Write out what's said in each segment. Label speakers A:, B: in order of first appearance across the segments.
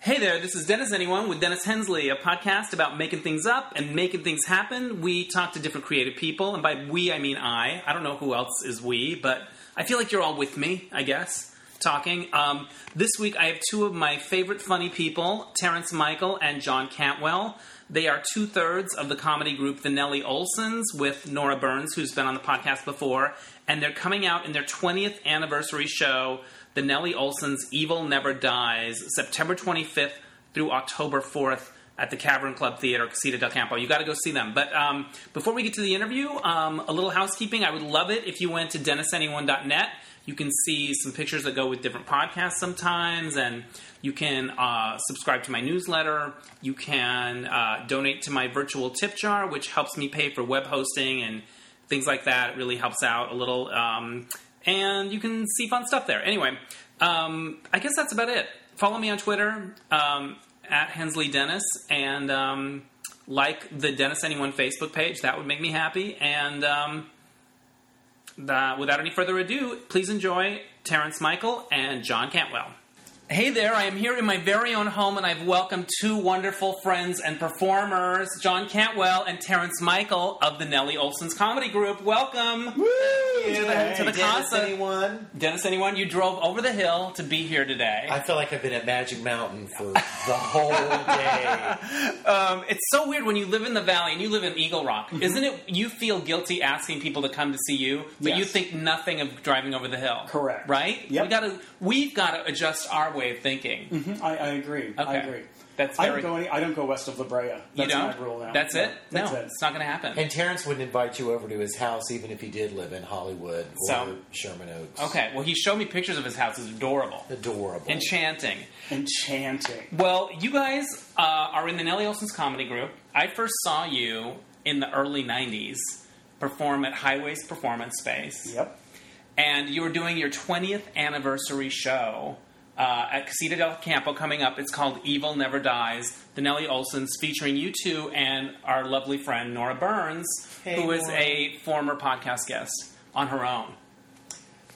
A: Hey there, this is Dennis Anyone with Dennis Hensley, a podcast about making things up and making things happen. We talk to different creative people, and by we I mean I. I don't know who else is we, but I feel like you're all with me, I guess, talking. Um, this week I have two of my favorite funny people, Terrence Michael and John Cantwell. They are two thirds of the comedy group The Nellie Olsons with Nora Burns, who's been on the podcast before, and they're coming out in their 20th anniversary show, The Nellie Olsons Evil Never Dies, September 25th through October 4th at the Cavern Club Theater, Casita del Campo. You got to go see them. But um, before we get to the interview, um, a little housekeeping. I would love it if you went to DennisAnyone.net. You can see some pictures that go with different podcasts sometimes, and you can uh, subscribe to my newsletter. You can uh, donate to my virtual tip jar, which helps me pay for web hosting and things like that. It really helps out a little. Um, and you can see fun stuff there. Anyway, um, I guess that's about it. Follow me on Twitter um, at Hensley Dennis and um, like the Dennis Anyone Facebook page. That would make me happy. And um, the, without any further ado, please enjoy Terrence Michael and John Cantwell. Hey there, I am here in my very own home and I've welcomed two wonderful friends and performers, John Cantwell and Terrence Michael of the Nellie Olson's Comedy Group. Welcome!
B: to
A: the- to the concert.
B: anyone?
A: Dennis, anyone, you drove over the hill to be here today.
B: I feel like I've been at Magic Mountain for the whole day.
A: Um, it's so weird when you live in the valley and you live in Eagle Rock,
C: Mm-hmm.
A: isn't it? You feel guilty asking people to come to see you, but you
C: Yes.
A: think nothing of driving over the hill.
C: Correct.
A: Right?
C: Yep.
A: We gotta, we've got to adjust our way of thinking.
C: Mm-hmm. I, I agree. I
A: Okay.
C: agree.
A: That's
C: I
A: very-
C: don't go any, I don't go west of La Brea. That's
A: you don't.
C: my rule now.
A: That's
C: No,
A: it.
C: That's
A: no,
C: it.
A: it's not going to happen.
B: And Terrence wouldn't invite you over to his house, even if he did live in Hollywood or
A: So-
B: Sherman Oaks.
A: okay. Well, he showed me pictures of his house. It's adorable,
B: Adorable.
A: enchanting.
C: Enchanting.
A: Well, you guys uh, are in the Nellie Olsen's comedy group. I first saw you in the early '90s perform at Highways Performance Space.
C: Yep.
A: and you were doing your 20th anniversary show uh, at Casita del Campo coming up. It's called Evil Never Dies, the Nellie Olsons, featuring you two and our lovely friend Nora Burns,
B: Hey,
A: who is
B: Nora.
A: a former podcast guest on her own.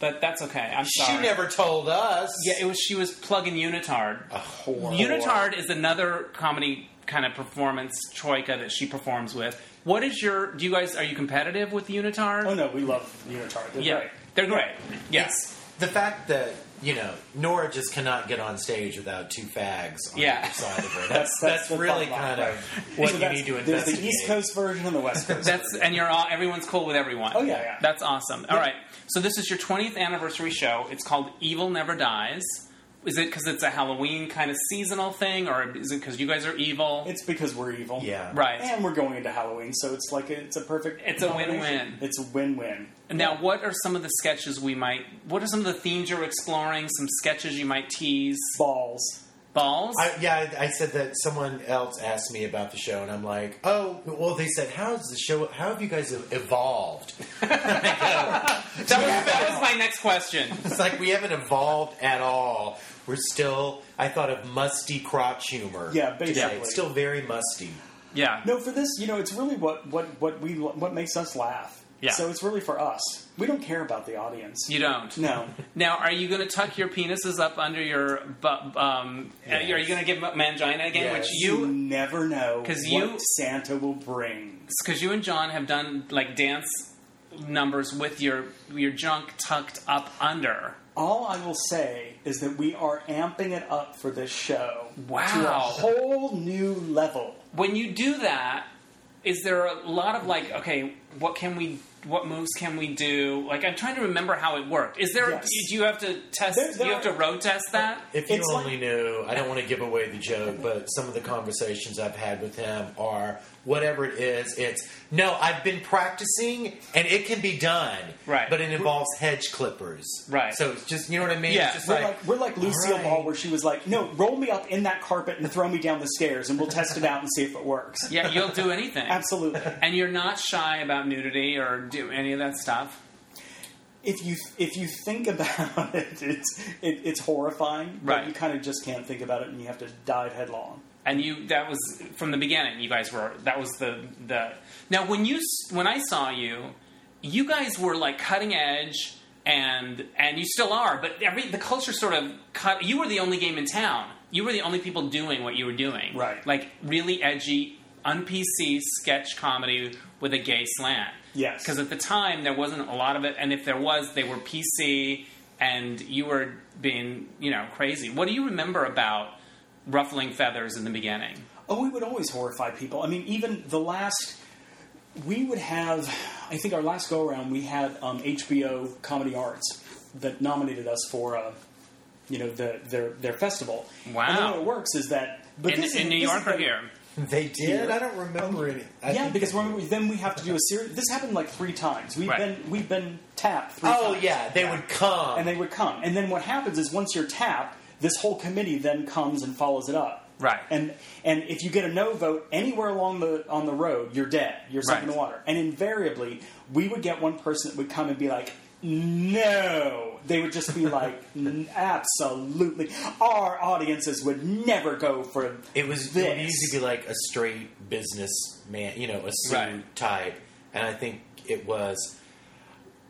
A: But that's okay. I'm sorry.
B: she never Oh, told us.
A: Yeah, it was. She was plugging Unitard.
B: a whore.
A: Unitard is another comedy kind of performance troika that she performs with. What is your? Do you guys are you competitive with Unitard?
C: Oh no, we love Unitard. They're
A: yeah,
C: great.
A: they're great. Yes.
B: The fact that you know Nora just cannot get on stage without two fags on
A: Yeah.
B: either side of her. That's
C: That's-
B: that's,
C: that's the
B: really
C: bottom line,
B: kind of what you need to
C: There's
B: investigate.
C: the East Coast version and the West Coast.
A: That's and you're all everyone's cool with everyone.
C: Oh, yeah, yeah.
A: That's awesome. All right. So this is your 20th anniversary show. It's called Evil Never Dies. Is it because it's a Halloween kind of seasonal thing, or is it because you guys are evil?
C: it's because we're evil.
B: Yeah.
A: right.
C: And we're going into Halloween, so it's like a, it's a perfect.
A: It's a
C: combination.
A: win-win.
C: It's a win-win.
A: now, what are some of the sketches we might? What are some of the themes you're exploring? Some sketches you might tease.
C: Balls.
A: Balls.
B: I, yeah, I, I said that someone else asked me about the show, and I'm like, oh, well, they said, how's the show? How have you guys e-, evolved?
A: that, was, that was my next question.
B: It's like we haven't evolved at all. We're still. I thought of musty crotch humor.
C: Yeah,
B: today.
C: basically.
B: it's still very musty.
A: Yeah.
C: No, for this, you know, it's really what what what we what makes us laugh.
A: Yeah.
C: So it's really for us. We don't care about the audience.
A: You don't.
C: no.
A: Now, are you going to tuck your penises up under your? bu- Um,
B: Yes.
A: Are you going to give ma- mangina again?
B: Yes.
A: Which you
C: never know
A: 'Cause
C: what
A: you-
C: Santa will bring.
A: because you and John have done like dance numbers with your your junk tucked up under.
C: All I will say is that we are amping it up for this show to a
A: Wow.
C: whole new level.
A: When you do that, is there a lot of like, okay, what can we, what moves can we do? Like, I'm trying to remember how it worked. Is there?
C: Yes.
A: Do you have to test?
C: There-
A: do you
C: there
A: have to
C: are- Oh,
A: road test that?
B: If you
C: It's like-
B: only knew, I don't want to give away the joke, but some of the conversations I've had with him are whatever it is. It's no, I've been practicing, and it can be done.
A: Right.
B: but it involves hedge clippers.
A: Right.
B: So it's just you know what I mean.
A: Yeah.
B: It's just
C: We're
B: like,
C: like, we're like Lucille
B: right.
C: Ball, where she was like, "No, roll me up in that carpet and throw me down the stairs, and we'll test it out and see if it works."
A: Yeah, you'll do anything.
C: Absolutely.
A: And you're not shy about nudity or do any of that stuff.
C: If you if you think about it, it's it, it's horrifying.
A: Right.
C: But you kind of just can't think about it, and you have to dive headlong.
A: and you that was from the beginning you guys were that was the the now when you s- when i saw you you guys were like cutting edge and and you still are but every the culture sort of cut you were the only game in town you were the only people doing what you were doing.
C: Right.
A: Like really edgy, un PC sketch comedy with a gay slant.
C: Yes.
A: Because at the time there wasn't a lot of it, and if there was, they were PC, and you were being you know crazy. What do you remember about ruffling feathers in the beginning?
C: Oh, we would always horrify people. I mean, even the last, we would have, I think our last go around, we had um, HBO Comedy Arts that nominated us for, uh, you know, the, their their festival.
A: Wow.
C: And how it works is that, but
A: In,
C: this is-
A: in New
C: this
A: York
C: is
A: or
C: the-
A: here?
B: They did. I don't remember any. I
C: yeah,
B: think-
C: because remember, then we have to do a series. This happened like three times. We've
A: Right.
C: been we've been tapped. Three
B: oh
C: times.
B: yeah, they would come.
C: and they would come. And then what happens is once you're tapped, this whole committee then comes and follows it up.
A: Right.
C: And and if you get a no vote anywhere along the on the road, you're dead. You're sunk in
A: Right.
C: the water. And invariably, we would get one person that would come and be like, "No." They would just be like, "N- "Absolutely, our audiences would never go for
B: it was
C: this."
B: it used to be like a straight businessman, you know, a suit
A: Right.
B: type, and I think it was.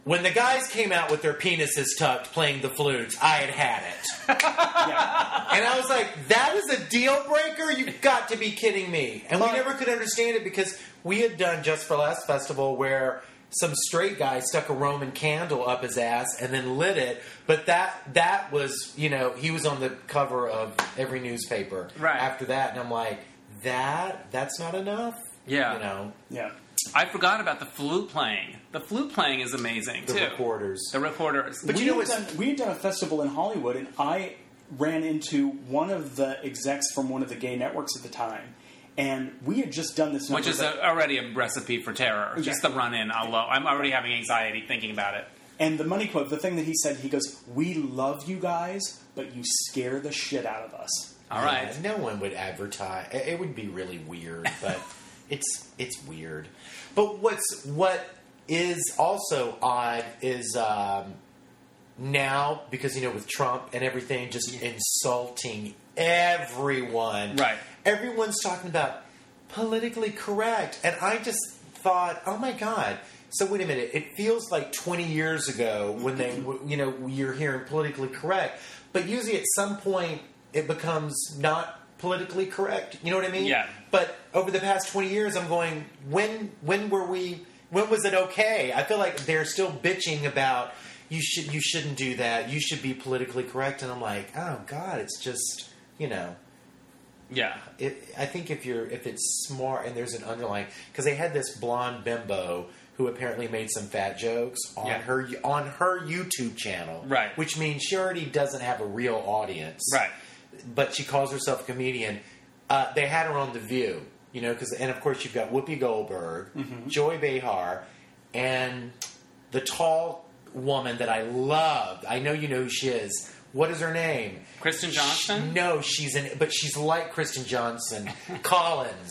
B: When the guys came out with their penises tucked playing the flutes, I had had it.
C: Yeah.
B: And I was like, that is a deal breaker? You've got to be kidding me. And we never could understand it because we had done Just for Last Festival where some straight guy stuck a Roman candle up his ass and then lit it. But that that was, you know, he was on the cover of every newspaper
A: Right.
B: after that. And I'm like, that that's not enough.
A: Yeah.
B: You know,
C: yeah.
A: I forgot about the flute playing. The flute playing is amazing
B: the
A: too.
B: reporters.
A: The recorders.
B: But
C: we
B: you know
C: had
B: what's-
C: done, we had done a festival in Hollywood, and I ran into one of the execs from one of the gay networks at the time, and we had just done this,
A: which
C: number,
A: is
C: but-
A: a, already a recipe for terror. Just the run in alone. I'm already having anxiety thinking about it.
C: and the money quote, the thing that he said, he goes, "We love you guys, but you scare the shit out of us."
A: All right.
B: Yeah, no one would advertise. It it would be really weird, but it's it's weird. But what's what is also odd is um, now because you know with Trump and everything, just insulting everyone.
A: Right.
B: Everyone's talking about politically correct, and I just thought, oh my god. So wait a minute. It feels like 20 years ago when they, w- you know, you're hearing politically correct, but usually at some point it becomes not politically correct. You know what I mean?
A: Yeah.
B: But over the past 20 years, I'm going, when when were we? When was it okay? I feel like they're still bitching about you should you shouldn't do that. You should be politically correct, and I'm like, oh god, it's just you know.
A: Yeah.
B: It, I think if you're if it's smart and there's an underlying because they had this blonde bimbo who apparently made some fat jokes on
A: Yeah.
B: her on her YouTube channel,
A: Right.
B: Which means she already doesn't have a real audience,
A: Right.
B: But she calls herself a comedian. Uh, they had her on The View, you know, because and of course you've got Whoopi Goldberg,
A: Mm-hmm.
B: Joy Behar, and the tall woman that I loved. I know you know who she is. What is her name?
A: Kristen Johnson?
B: No, she's in, but she's like Kristen Johnson, Collins,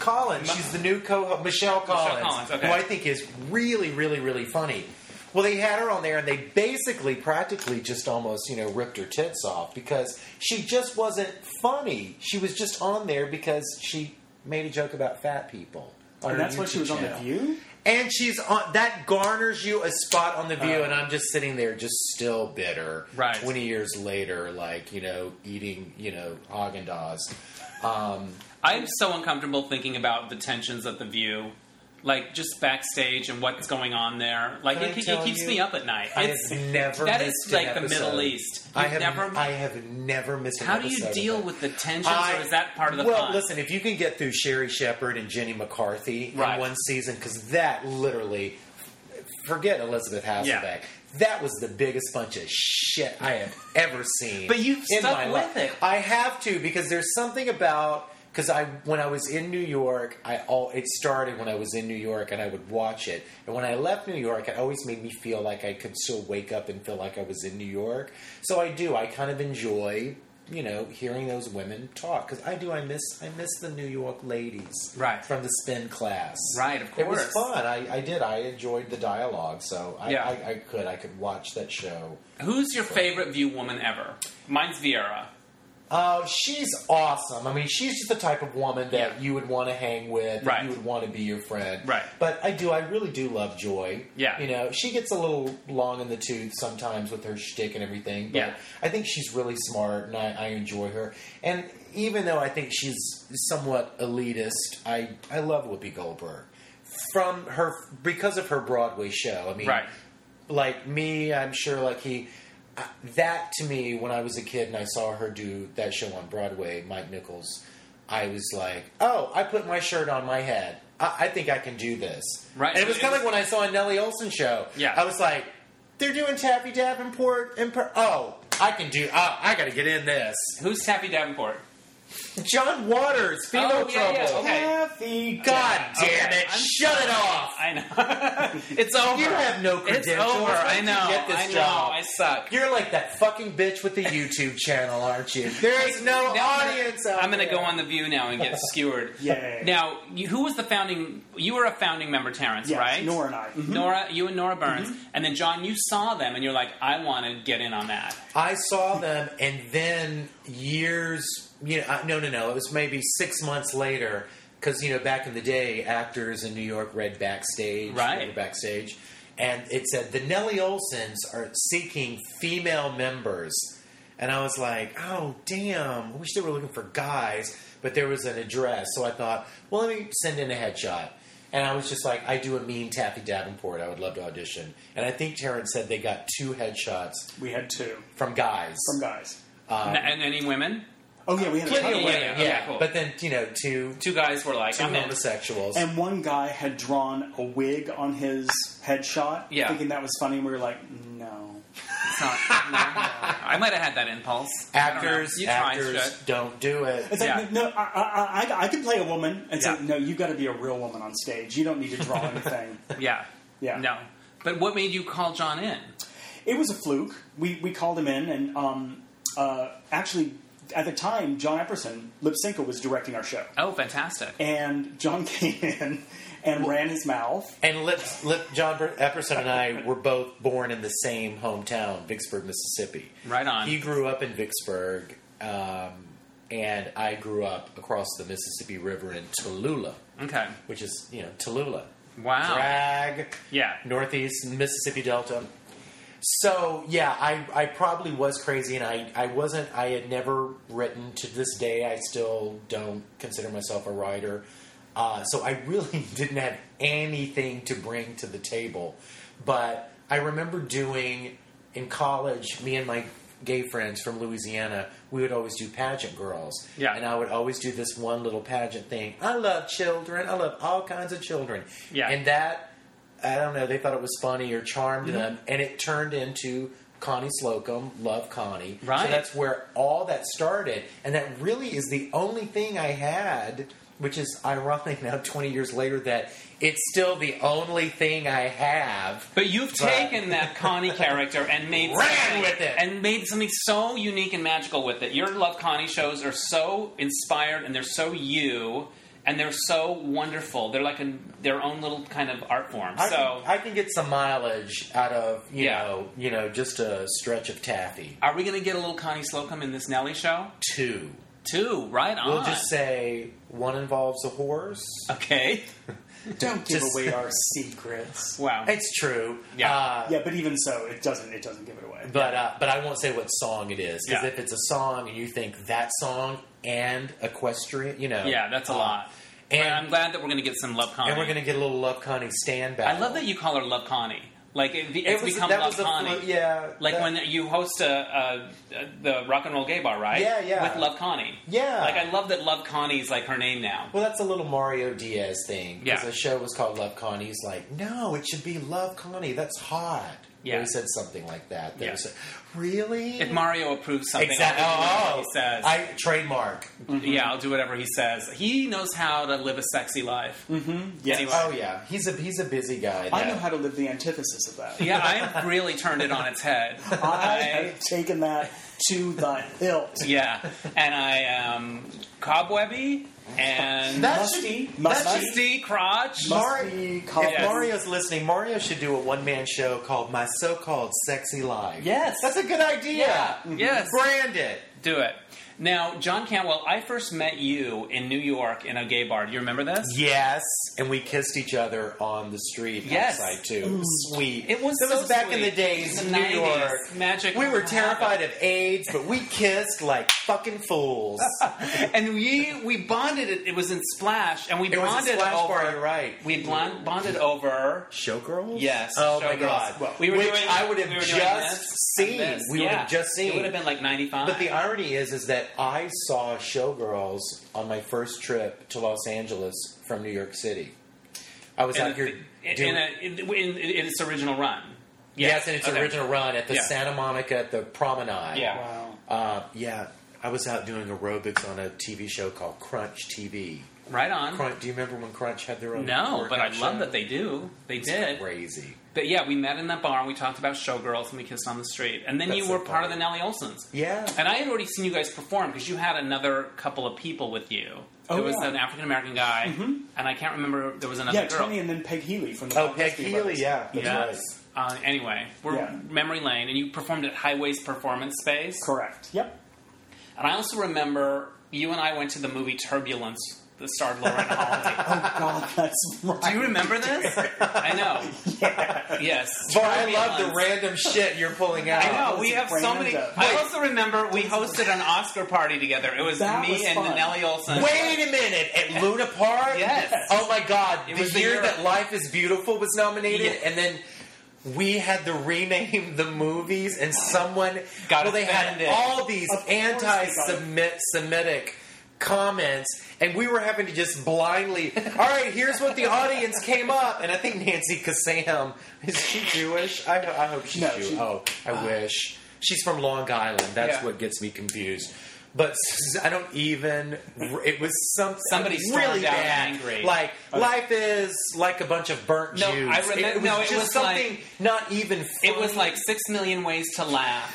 B: Collins. She's the new co Michelle Collins,
A: Collins, okay.
B: who I think is really, really, really funny. Well, they had her on there, and they basically, practically, just almost, you know, ripped her tits off because she just wasn't funny. She was just on there because she made a joke about fat people.
C: And
B: on her
C: that's why she
B: YouTube
C: was on the
B: channel.
C: View.
B: And she's on that garners you a spot on the view,
C: Oh.
B: and I'm just sitting there, just still bitter.
A: Uh. Right.
B: Twenty years later, like you know, eating you know Haagen Dazs. Um,
A: I'm so uncomfortable thinking about the tensions at the view. Like just backstage and what's going on there. Like
B: Can I
A: it, it
B: tell
A: keeps
B: you,
A: me up at night.
B: I
A: It's-
B: have never
A: that is
B: missed an
A: like the Middle
B: episode.
A: East.
B: I
A: You've
B: have
A: never-
B: I have never missed. An
A: how do you
B: episode of
A: deal
B: it.
A: with the tensions,
B: I-
A: or is that part of the
B: well,
A: fun?
B: listen, if you can get through Sherry Shepard and Jenny McCarthy
A: Right.
B: in one season, because that literally, forget Elizabeth Hasselbeck.
A: Yeah.
B: That was the biggest bunch of shit I have ever seen.
A: But you've
B: in
A: stuck
B: my
A: with
B: life.
A: it.
B: I have to because there's something about because I when I was in New York, I all it started when I was in New York and I would watch it. And when I left New York, it always made me feel like I could still wake up and feel like I was in New York. So I do. I kind of enjoy you know hearing those women talk because I do. I miss I miss the New York ladies
A: Right.
B: from the spin class.
A: Right, of
B: It was
A: course.
B: fun. I, I did. I enjoyed the dialogue. So I,
A: Yeah.
B: I, I could I could watch that show.
A: Who's your favorite view woman ever? Mine's Vieira.
B: Uh, she's awesome. I mean, she's just the type of woman that
A: Yeah.
B: you would want to hang with, that
A: Right.
B: you would want to be your friend.
A: Right.
B: But I do, I really do love Joy.
A: Yeah.
B: You know, she gets a little long in the tooth sometimes with her shtick and everything. But
A: Yeah.
B: I think she's really smart, and I, I enjoy her. And even though I think she's somewhat elitist, I, I love Whoopi Goldberg. From her, because of her Broadway show. I mean,
A: Right.
B: like me, I'm sure like he. I- That to me, when I was a kid and I saw her do that show on Broadway, Mike Nichols, I was like, "Oh, I put my shirt on my head. I, I think I can do this."
A: Right.
B: And it was kind of like when I saw a Nellie Olson show.
A: Yeah.
B: I was like, "They're doing Taffy Davenport and per- oh, I can do. Oh, I got to get in this."
D: Who's Taffy Davenport?
B: John Waters, female
D: Oh, yeah,
B: trouble.
D: yeah, okay.
C: Kathy,
B: God damn
A: Okay,
B: it!
A: I'm
B: Shut it off.
A: I know. it's over.
B: You have no
A: It's
B: credentials.
A: over.
B: How did
A: I
B: you
A: know.
B: get this
A: I know.
B: job?
A: I suck.
B: You're like that fucking bitch with the YouTube channel, aren't you? There's no
A: Now I'm gonna-
B: audience out
A: I'm going to
B: there.
A: go on the View now and get skewered.
C: Yay.
A: Now, you, who was the founding? You were a founding member, Terrence,
C: Yes,
A: right? Mm-hmm.
C: Nora Mm-hmm. and I. Mhm.
A: Nora, you and Nora Burns, and then John, you saw them, and you're like, I want to get in on that.
B: I saw them, and then years, you know, I- no, no, no. It was maybe six months later, because you know, back in the day, actors in New York read backstage,
A: Right.
B: they were backstage, and it said the Nellie Olsons are seeking female members, and I was like, oh damn, I wish they were looking for guys, but there was an address, so I thought, well, let me send in a headshot. And I was just like, I do a mean Taffy Davenport. I would love to audition. And I think Terrence said they got two headshots
C: We had two
B: from guys.
C: from guys.
B: Um,
A: and, and any women?
C: Oh yeah, we had a ton
B: Plenty of
C: of
A: yeah,
B: women,
A: yeah,
B: yeah.
A: okay, cool.
B: But then you know, two two
A: Two guys were like, I'm in.
B: homosexuals.
C: And one guy had drawn a wig on his headshot,
A: Yeah.
C: thinking that was funny. And we were like, no.
A: It's not- no, no. I might have had that impulse. I don't know.
B: actors,
A: you tried, Shug.
B: actors, don't do
C: It's
B: it.
A: Yeah.
C: like, no, I, I, I, I can play a woman. It's
A: Yeah.
C: like, no, you got to be a real woman on stage. You don't need to draw anything.
A: Yeah.
C: Yeah.
A: No. But what made you call John in?
C: It was a fluke. We, we called him in, and um, uh, actually, at the time, John Epperson, Lipsinka, was directing our show.
A: Oh, fantastic.
C: And John came in and ran his mouth.
B: And Lip, Lip, John Ber- Epperson and I were both born in the same hometown, Vicksburg, Mississippi.
A: Right on.
B: He grew up in Vicksburg, um, and I grew up across the Mississippi River in Tallulah,
A: Okay.
B: which is you know Tallulah,
A: Wow.
B: drag,
A: Yeah.
B: Northeast Mississippi Delta. So yeah, I, I probably was crazy, and I, I wasn't. I had never written to this day. I still don't consider myself a writer. Uh, so I really didn't have anything to bring to the table. But I remember doing in college. Me and my gay friends from Louisiana, we would always do pageant girls.
A: Yeah.
B: and I would always do this one little pageant thing. I love children. I love all kinds of children.
A: Yeah.
B: and that I don't know, they thought it was funny or charmed
A: Mm-hmm.
B: them, and it turned into Connie Slocum, Love Connie.
A: Right.
B: So that's where all that started, and that really is the only thing I had, which is ironic now, 20 years later, that it's still the only thing I have.
A: But you've
B: But-
A: taken that Connie character and made
B: Ran
A: something-
B: with it.
A: and made something so unique and magical with it. Your Love Connie shows are so inspired and they're so you and they're so wonderful. They're like a, their own little kind of art form.
B: I,
A: so
B: can, I can get some mileage out of you
A: Yeah.
B: know you know just a stretch of taffy
A: are we going to get a little Connie Slocum in this Nelly show?
B: two.
A: Two, right on.
B: We'll just say one involves a horse.
A: okay.
C: Don't give
B: Just-
C: away our secrets.
A: Wow.
B: It's true.
A: Uh-huh. Yeah.
B: Uh,
C: Yeah, but even so, it doesn't. It doesn't give it away.
B: But uh, but I won't say what song it is because
A: Yeah.
B: if it's a song and you think that song and equestrian, you know,
A: Yeah, that's a
B: uh,
A: lot.
B: And
A: And I'm glad that we're going to get some Love Connie.
B: and we're gonna get a little Love Connie stand back.
A: I love that you call her Love Connie. Like it, it's
B: It was,
A: become
B: that
A: Love
B: was a
A: Connie.
B: fl- yeah,
A: Like
B: that-
A: when you host a, a, a the rock and roll gay bar, right?
B: Yeah, yeah.
A: With Love Connie.
B: yeah,
A: Like I love that Love Connie's like her name now.
B: well, that's a little Mario Diaz thing because
A: Yeah.
B: the show was called Love Connie. He's like, no, it should be Love Connie. That's hot.
A: Yeah.
B: or he said something like that. That
A: Yeah.
B: was, really
A: If Mario approves something,
B: exactly.
A: I'll do whatever
B: Oh,
A: he says.
B: I trademark.
A: Yeah, I'll do whatever he says. He knows how to live a sexy life.
C: Yes.
A: Anyway.
B: Oh yeah, he's a he's a busy guy.
C: I
B: now.
C: know how to live the antithesis of that.
A: Yeah, I have really turned it on its head.
C: I have taken that to the hilt.
A: yeah, and I am um, cobwebby and
B: That
C: Musty,
B: should-
C: musty,
B: that
C: musty,
A: Musty Crotch.
B: Must-
C: be
B: If
A: Yes.
B: Mario's listening, Mario should do a one man show called My So Called Sexy Life.
C: Yes.
B: That's a good idea.
A: Yes.
B: Brand it.
A: Do it. Now, John Cantwell, I first met you in New York in a gay bar. Do you remember this?
B: Yes. And we kissed each other on the street
A: Yes.
B: outside, too. Sweet.
A: It was
B: That
A: so
B: was back in the
A: sweet.
B: days
A: The
B: in New
A: 90s.
B: York.
A: Magic
B: We were
A: happened.
B: terrified of AIDS, but we kissed like fucking fools.
A: and we we bonded. It, it was in Splash, and we
B: It was a
A: bonded
B: splash
A: over.
B: bar, you're right.
A: We blon- bonded over.
B: Showgirls?
A: Yes.
B: Oh my
A: Showgirls.
B: god.
A: Well, we were
B: Which
A: doing-
B: I would have
A: we were doing this
B: just
A: and
B: seen.
A: this.
B: We would
A: Yeah.
B: have just seen.
A: It would have been like ninety five.
B: But the irony is, is that I saw Showgirls on my first trip to Los Angeles from New York City. I was
A: in,
B: out
A: a-
B: here
A: in,
B: doing
A: a- in, in- in its original run.
B: yes, in its
A: Okay.
B: original run at the
A: Yeah.
B: Santa Monica at the Promenade.
A: Yeah.
C: Wow.
B: uh, yeah. I was out doing aerobics on a TV show called Crunch TV.
A: Right on.
B: Crunch, do you remember when Crunch had their own?
A: No, but I
B: workout
A: love
B: show?
A: that they do. They did.
B: Crazy.
A: But yeah, we met in that bar and we talked about showgirls and we kissed on the street. And then
B: That's
A: you
B: so
A: were part of the
B: funny.
A: Nellie Olsons.
B: Yeah.
A: And I had already seen you guys perform because you had another couple of people with you.
C: Oh,
A: there was
C: yeah.
A: an African American guy, and I can't remember. There was another
C: Yeah,
A: girl.
C: Tony and then Peg Healy from the
B: Oh,
C: Pop
B: Peg
C: Rescue
B: Healy.
C: Brothers.
B: Yeah, that's
A: Yes.
B: right.
A: Uh, anyway, we're
C: Yeah.
A: memory lane, and you performed at Highways Performance Space.
C: Correct. Yep.
A: And I also remember you and I went to the movie Turbulence that starred Lauren Holly.
C: Oh God, that's right.
A: Do you remember this? I know. Yes.
B: Boy, I love the
A: Turbulence.
B: random shit you're pulling out.
A: I know we
C: It's
A: have so many.
C: random.
A: I also remember we hosted an Oscar party together. It was
C: That
A: me
C: was
A: and
C: fun.
A: Nellie Olson.
B: Wait a minute, at Luna Park?
A: Yes.
B: Oh my God,
A: It
B: the
A: was the
B: year
A: year-
B: that Life is Beautiful was nominated,
A: Yeah.
B: and then we had to rename the movies, and someone.
A: Got
B: well, they had
A: offended.
B: all these
C: Of course they got
B: anti Semitic comments, and we were having to just blindly. All right, here's what the audience came up, and I think Nancy Kassam, is she Jewish? I, I hope she's
C: No,
B: Jewish.
C: she-
B: oh, I wish. She's from Long Island. That's
A: Uh, Yeah.
B: what gets me confused. But I don't even. It was some
A: Somebody stormed
B: really
A: out
B: bad.
A: angry.
B: Like life is like a bunch of burnt
A: No,
B: Jews.
A: I remem-
B: it was
A: no, it
B: just
A: was
B: something not even.
A: It was
B: funny.
A: like six million ways to laugh,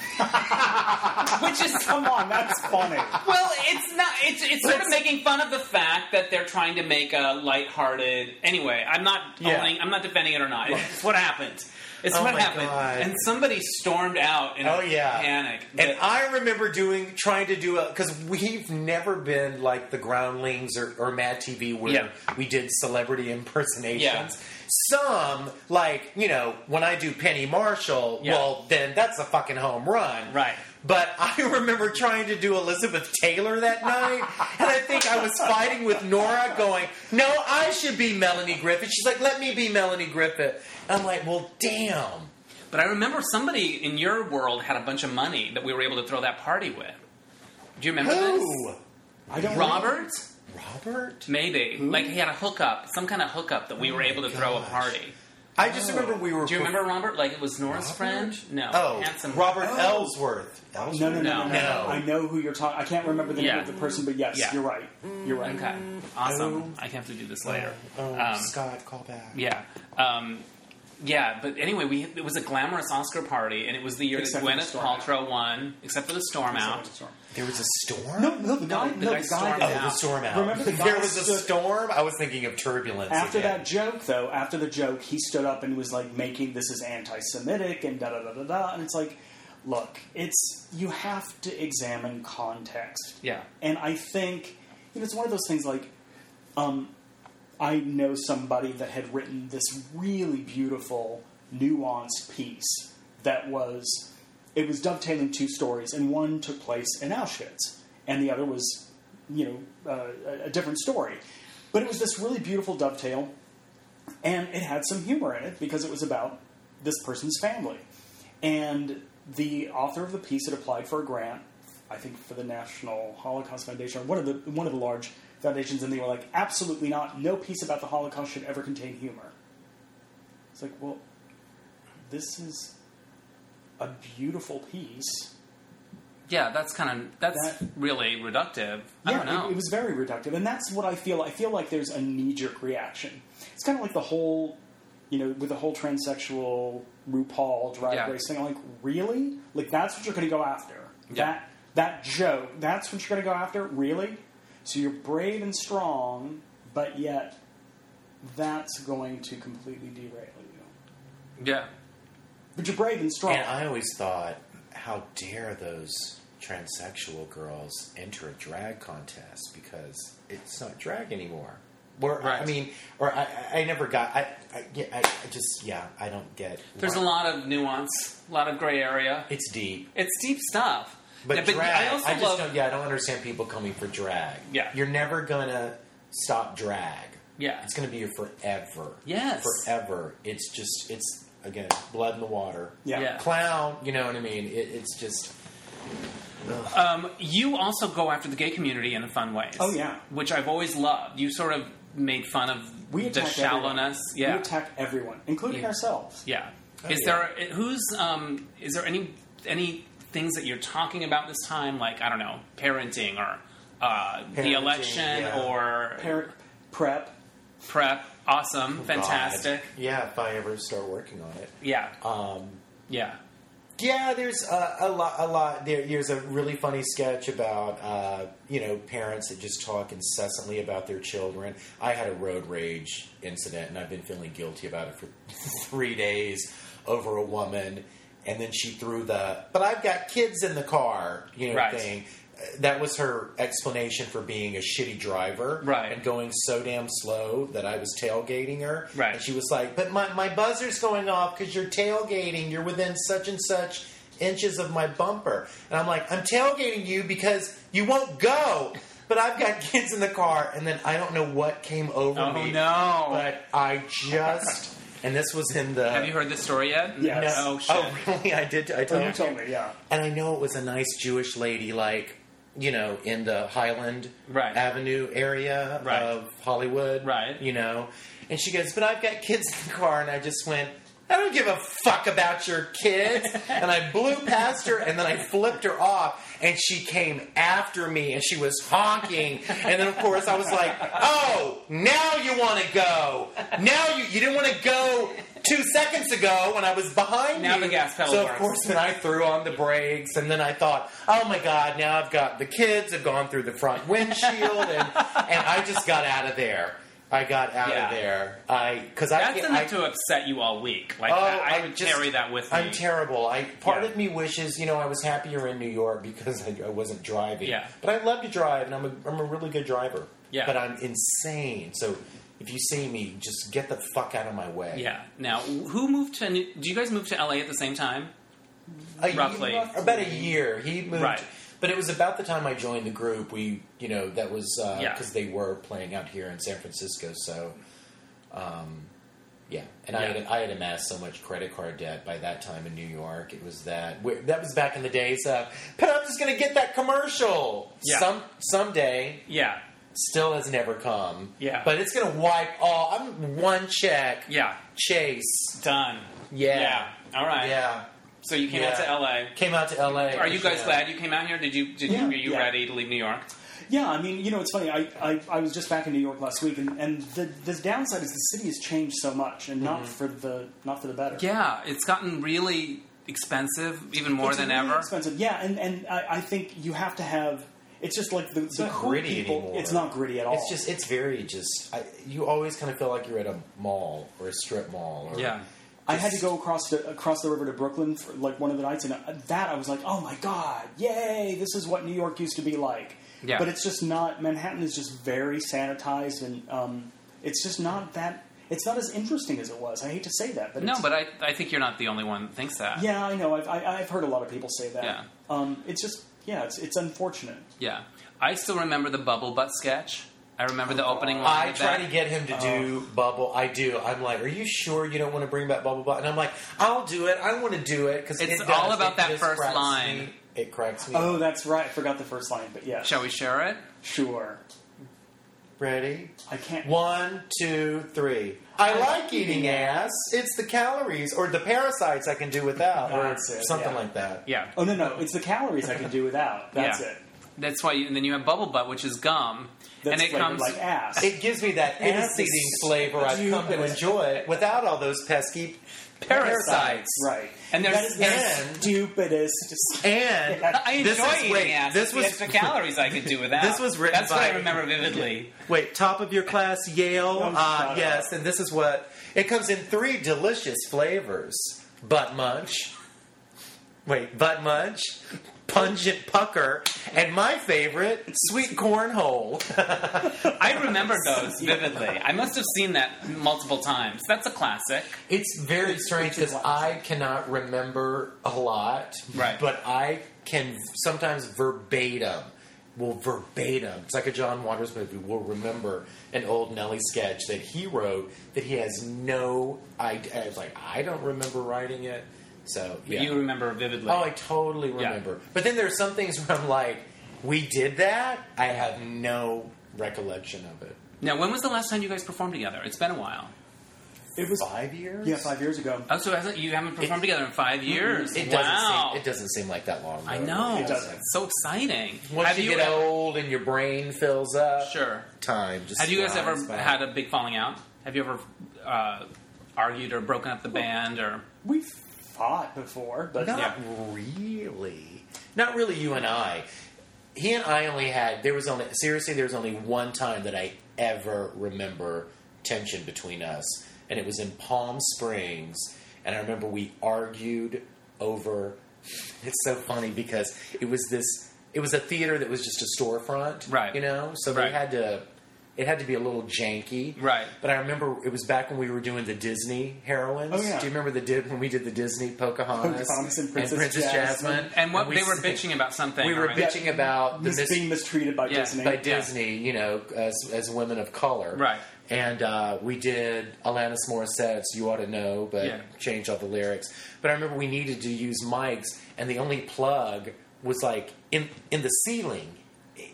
A: which is
C: Come on, that's funny.
A: well, it's not. It's it's sort of making fun of the fact that they're trying to make a lighthearted. Anyway, I'm not
B: Yeah.
A: owning. I'm not defending it or not. It's what happened. It's
B: Oh
A: what
B: my
A: happened.
B: God.
A: And somebody stormed out in
B: Oh yeah,
A: panic.
B: And
A: But-
B: I remember doing trying to do a because we've never been like the Groundlings or, or Mad TV where
A: Yeah.
B: we did celebrity impersonations.
A: Yeah.
B: Some like you know when I do Penny Marshall,
A: Yeah.
B: well then that's a fucking home run,
A: Right.
B: But I remember trying to do Elizabeth Taylor that night, and I think I was fighting with Nora, going, "No, I should be Melanie Griffith." She's like, "Let me be Melanie Griffith." I'm like, "Well, damn."
A: But I remember somebody in your world had a bunch of money that we were able to throw that party with. Do you remember
B: Who?
C: I don't.
A: this? Robert?
B: Robert?
A: Maybe. Like he had a hookup, some kind of hookup that we were able to throw a
B: gosh.
A: party.
B: I just remember we were.
A: Do you remember Robert? Like it was Nora's
B: Robert?
A: friend? No.
B: Oh,
A: Handsome.
B: Robert
C: Oh.
B: Ellsworth. Ellsworth.
C: No, no, no, no, no,
B: No.
C: no. I know who you're talking. I can't remember the
A: Yeah.
C: name of the person, but yes,
A: Yeah.
C: you're right. You're right.
A: Okay. Awesome. I have to do this later.
B: Oh,
A: Um,
B: Scott, call back.
A: yeah. Um, yeah, but anyway, we it was a glamorous Oscar party, and it was the year
C: Except for
A: that
C: the
A: Gwyneth
C: storm.
A: Paltrow won, except for the storm out.
B: There was a storm.
C: No, no, the guy,
A: the
C: no,
A: guy
C: the guy
A: stormed
B: Oh,
C: that-
A: out.
B: the storm out.
C: Remember the
B: there
C: guy
B: was a
C: stood-
B: storm. I was thinking of turbulence.
C: After
B: again.
C: that joke, though, after the joke, he stood up and was like making this is anti-Semitic and da da da da da, and it's like, look, it's you have to examine context,
A: Yeah.
C: and I think you know, it's one of those things like, um, I know somebody that had written this really beautiful, nuanced piece that was it was dovetailing two stories, and one took place in Auschwitz, and the other was, you know, uh, a- a different story. But it was this really beautiful dovetail, and it had some humor in it because it was about this person's family. And the author of the piece had applied for a grant, I think for the National Holocaust Foundation, or one of the one of the large foundations, and they were like, "Absolutely not! No piece about the Holocaust should ever contain humor." It's like, well, this is a beautiful piece.
A: Yeah, that's kind of that's
C: That-
A: really reductive. I
C: Yeah,
A: don't know.
C: It, it was very reductive, and that's what I feel. I feel like there's a knee-jerk reaction. It's kind of like the whole, you know, with the whole transsexual RuPaul drag
A: Yeah.
C: race thing. Like, really? Like that's what you're going to go after?
A: Yeah.
C: That that joke? That's what you're going to go after? Really? So you're brave and strong, but yet that's going to completely derail you.
A: Yeah.
C: But you're brave and strong.
B: And
A: uh,
B: I always thought, how dare those transsexual girls enter a drag contest because it's not drag anymore. Or I
A: Right.
B: mean, or I, I I never got. I, I, yeah, I, I just yeah, I don't get.
A: There's a lot of nuance, a lot of gray area.
B: It's deep,
A: It's deep stuff.
B: but,
A: Yeah,
B: drag. I, just don't. Yeah, I don't understand people coming for drag.
A: Yeah.
B: you're never gonna stop drag.
A: Yeah.
B: it's gonna be here forever.
A: Yes.
B: forever. It's just it's again blood in the water.
C: yeah.
A: Yeah.
B: clown. You know what I mean? It, it's just
A: Um, you also go after the gay community in fun ways.
C: Oh, yeah.
A: which I've always loved. You sort of made fun of
C: We
A: the
C: attack
A: shallowness.
C: Everyone.
A: Yeah,
C: We attack everyone, including
A: Yeah.
C: ourselves.
A: yeah.
B: Oh,
A: is
B: yeah.
A: there eh, who's um, is there any any things that you're talking about this time? Like I don't know, parenting or uh, the
B: Parenting,
A: election
B: yeah.
A: or
C: Parent prep.
A: prep. Awesome, fantastic.
B: Oh, God. Yeah, if I ever start working on it.
A: Yeah,
B: Um,
A: yeah.
B: yeah, there's a, a lot. A lot. There, there's a really funny sketch about uh, you know parents that just talk incessantly about their children. I had a road rage incident, and I've been feeling guilty about it for three days over a woman, and then she threw the "but I've got kids in the car" you know
A: Right.
B: thing. Uh, That was her explanation for being a shitty driver
A: Right.
B: and going so damn slow that I was tailgating her.
A: Right.
B: And she was like, but my, my buzzer's going off because you're tailgating. You're within such and such inches of my bumper. And I'm like, I'm tailgating you because you won't go. But I've got kids in the car. And then I don't know what came over
A: Oh
B: me.
A: no!
B: But I just, and this was in the.
A: Have you heard this story yet?
C: Yes.
B: No.
A: Oh shit.
B: really? I did. I
C: Oh,
B: told
C: you told me, yeah.
B: and I know it was a nice Jewish lady, like you know, in the Highland
A: Right.
B: Avenue area
A: Right.
B: of Hollywood,
A: Right.
B: You know, and she goes, "But I've got kids in the car," and I just went. I don't give a fuck about your kids. And I blew past her and then I flipped her off and she came after me and she was honking. And then, of course, I was like, oh, now you want to go. Now you, you didn't want to go two seconds ago when I was behind
A: Now
B: you.
A: the gas pedal
B: So, of
A: works.
B: course, and I threw on the brakes, and then I thought, oh my god, now I've got the kids have gone through the front windshield, and, and I just got out of there. I got out
A: Yeah.
B: of there. I because I
A: That's
B: can't-
A: enough
B: I,
A: to upset you all week. Like
B: Oh,
A: I, I
B: I
A: would
B: just-
A: carry that with me.
B: I'm terrible. I part
A: Yeah.
B: of me wishes, you know, I was happier in New York because I, I wasn't driving.
A: Yeah.
B: but I love to drive, and I'm a, I'm a really good driver.
A: Yeah.
B: but I'm insane. So if you see me, just get the fuck out of my way.
A: Yeah. Now, who moved to? New- Do you guys move to LA at the same time?
B: a
A: Roughly.
B: year- about a year. He moved,
A: Right.
B: but it was about the time I joined the group. We, you know, that was because
A: Yeah.
B: they were playing out here in San Francisco. So, um, yeah, and I,
A: Yeah.
B: had, I had amassed so much credit card debt by that time in New York. It was that we- that was back in the days of, but I'm just going to get that commercial
A: Yeah.
B: some someday.
A: Yeah.
B: Still has never come.
A: Yeah.
B: but it's going to wipe all. I'm one check.
A: Yeah.
B: Chase.
A: Done.
B: Yeah.
A: Yeah. All right.
B: Yeah.
A: So you came out
B: Yeah.
A: to LA.
B: Came out to L.A.
A: Are you guys
B: Yeah.
A: glad you came out here? Did you? Did
C: Yeah.
A: you? Were you
C: Yeah.
A: ready to leave New York?
C: Yeah, I mean, you know, it's funny. I, I, I was just back in New York last week, and, and the, the downside is the city has changed so much, and
B: Mm-hmm.
C: not for the not for the better.
A: Yeah. It's gotten really expensive, even more
C: It's
A: than
C: really
A: ever.
C: Expensive, yeah, and and I, I think you have to have. It's just like the, the
B: It's not
C: cool
B: gritty
C: people.
B: anymore.
C: It's not gritty at all.
A: Oh.
B: It's just it's very just. I, you always kind of feel like you're at a mall or a strip mall. Or,
A: Yeah.
C: I had to go across to, across the river to Brooklyn for like one of the nights, and that I was like, "Oh my god, yay! This is what New York used to be like."
A: Yeah.
C: But it's just not. Manhattan is just very sanitized, and um, it's just not that. It's not as interesting as it was. I hate to say that, but
A: No,
C: it's,
A: but I, I think you're not the only one that thinks that.
C: yeah, I know. I've, I, I've heard a lot of people say that.
A: Yeah.
C: Um, it's just yeah, it's it's unfortunate.
A: Yeah. I still remember the bubble butt sketch. I remember the opening line.
B: I
A: of
B: try
A: that. Oh.
B: to get him to do bubble. I do. I'm like, are you sure you don't want to bring back bubble butt? And I'm like, I'll do it. I want to do it because
A: It's all about that first line.
B: It cracks me.
C: Oh, that's right. I forgot the first line, but yeah.
A: Shall we share it?
C: Sure.
B: ready?
C: I can't.
B: One, two, three. I, like eating ass. It's the calories or the parasites I can do without, or
C: That's it,
B: something
C: yeah.
B: like that.
A: Yeah.
C: Oh no, no, it's the calories I can do without. That's
A: Yeah.
C: it.
A: That's why. You, and then you have bubble butt, which is gum,
C: That's
A: and it
C: flavored
A: comes
C: like ass.
B: It gives me that
C: It is
B: ass eating flavor I've come to
C: stupid.
B: enjoy without all those pesky
A: parasites.
C: Right.
A: And there's-
C: that is the
B: and-
C: stupidest.
B: And
A: I enjoy
B: This was-
A: eating
B: wait,
A: ass.
B: this
A: It's
B: was-
A: the extra calories I could do without.
B: This was written
A: That's what
B: by-
A: I remember vividly.
B: Wait, top of your class, Yale.
C: Don't
B: Uh,
C: shut
B: yes, and this is what it comes in three delicious flavors: butt munch. Wait, butt munch, pungent pucker, and my favorite, sweet cornhole.
A: I remember those vividly. I must have seen that multiple times. That's a classic.
B: It's very strange because I cannot remember a lot,
A: Right.
B: But I can sometimes verbatim. Well, verbatim. It's like a John Waters movie. We'll remember an old Nelly sketch that he wrote that he has no idea. It's like I don't remember writing it. So yeah.
A: You remember vividly.
B: oh, I totally
A: Yeah.
B: remember. But then there's some things where I'm like, we did that. I have no recollection of it.
A: now, when was the last time you guys performed together? It's been a while.
C: It was
B: Five years.
C: yeah five years ago.
A: Oh, so hasn't- you haven't performed together in five years.
B: It doesn't.
A: wow.
B: Seem, it doesn't seem like that long.
A: I
B: though.
A: know.
C: It doesn't.
A: It's so exciting.
B: Once
A: have
B: you,
A: you
B: get
A: ever,
B: old and your brain fills up,
A: sure?
B: time just.
A: Have you guys ever
B: flies by.
A: had a big falling out? Have you ever uh, argued or broken up the band or?
C: We've fought before, but
B: Not
A: Yeah.
B: really. Not really. You and I. He and I only had. There was only seriously. There was only one time that I ever remember tension between us, and it was in Palm Springs. And I remember we argued over. It's so funny because it was this. It was a theater that was just a storefront,
A: Right.
B: You know, so
A: Right.
B: they had to. It had to be a little janky,
A: Right.
B: But I remember it was back when we were doing the Disney heroines.
C: Oh, yeah.
B: Do you remember the did when we did the Disney Pocahontas?
C: Pocahontas and Princess Jasmine.
A: And what
B: we
A: they were
B: s-
A: bitching about something.
B: We were
A: right?
B: bitching about the
C: mis-
B: mis-
C: being mistreated by
A: Yeah,
C: Disney.
B: by
A: Yeah.
B: Disney, you know, as, as women of color,
A: Right.
B: And uh, we did Alanis Morissette's "You Ought to Know," but
A: Yeah.
B: changed all the lyrics. But I remember we needed to use mics, and the only plug was like in in the ceiling,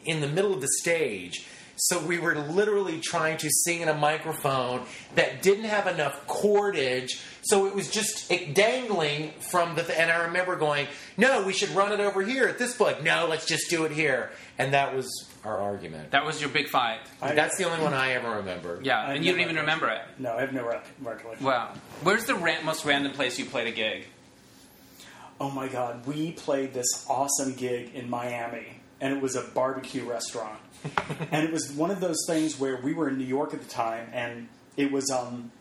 B: in the middle of the stage. So we were literally trying to sing in a microphone that didn't have enough cordage, so it was just it dangling from the. Th- and I remember going, "No, we should run it over here at this plug. No, let's just do it here." And that was our argument.
A: That was your big fight.
C: I-
B: That's the only one I ever remember.
A: Yeah,
C: I
A: and you don't
C: never-
A: even remember it.
C: No, I have no rec- recollection.
A: Wow. Where's the ran- most random place you played a gig?
C: Oh my god, we played this awesome gig in Miami, and it was a barbecue restaurant. and it was one of those things where we were in New York at the time, and it was um,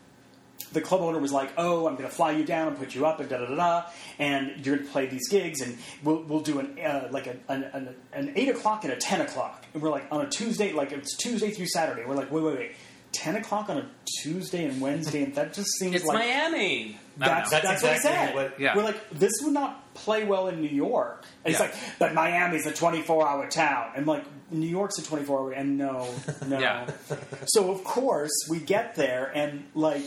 C: the club owner was like, "Oh, I'm going to fly you down and put you up, and da da da da, and you're going to play these gigs, and we'll we'll do an uh, like an, an, an, an eight o'clock and a ten o'clock, and we're like on a Tuesday, like it's Tuesday through Saturday. We're like, wait, wait, wait." 10 o'clock on a Tuesday and Wednesday, and that just seems
A: It's
C: like
A: Miami. I don't know.
C: that's,
B: That's
C: that's, what he
B: exactly
C: said.
B: what-
A: yeah.
C: We're like, this would not play well in New York. And It's
A: Yeah.
C: like, but Miami's a 24 hour town. And like, New York's a 24 hour, and no, no.
A: Yeah.
C: So, of course, we get there, and like,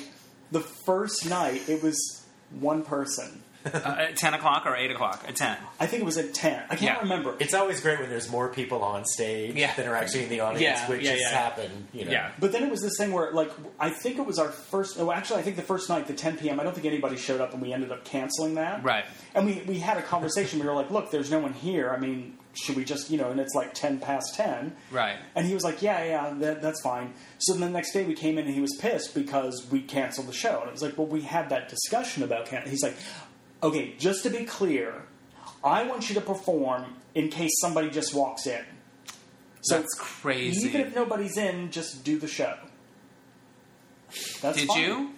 C: the first night, it was one person.
A: Uh, at 10 o'clock or 8 o'clock? At 10.
C: I think it was at 10. I can't
A: Yeah.
C: remember.
B: It's always great when there's more people on stage
A: Yeah.
B: than are actually in the audience,
A: Yeah,
B: which
A: yeah,
B: has
A: yeah.
B: happened. You know.
A: Yeah.
C: But then it was this thing where, like, I think it was our first. Oh, actually, I think the first night, the 10 p.m. I don't think anybody showed up, and we ended up canceling that.
A: Right.
C: And we we had a conversation. we were like, "Look, there's no one here. I mean, should we just, you know?" And it's like 10 past 10.
A: Right.
C: And he was like, "Yeah, yeah, that, that's fine." So then the next day, we came in, and he was pissed because we canceled the show. And it was like, "Well, we had that discussion about can." He's like, "Okay, just to be clear, I want you to perform in case somebody just walks in." So
A: That's crazy.
C: even if nobody's in, just do the show. That's
A: Did
C: fine.
A: you?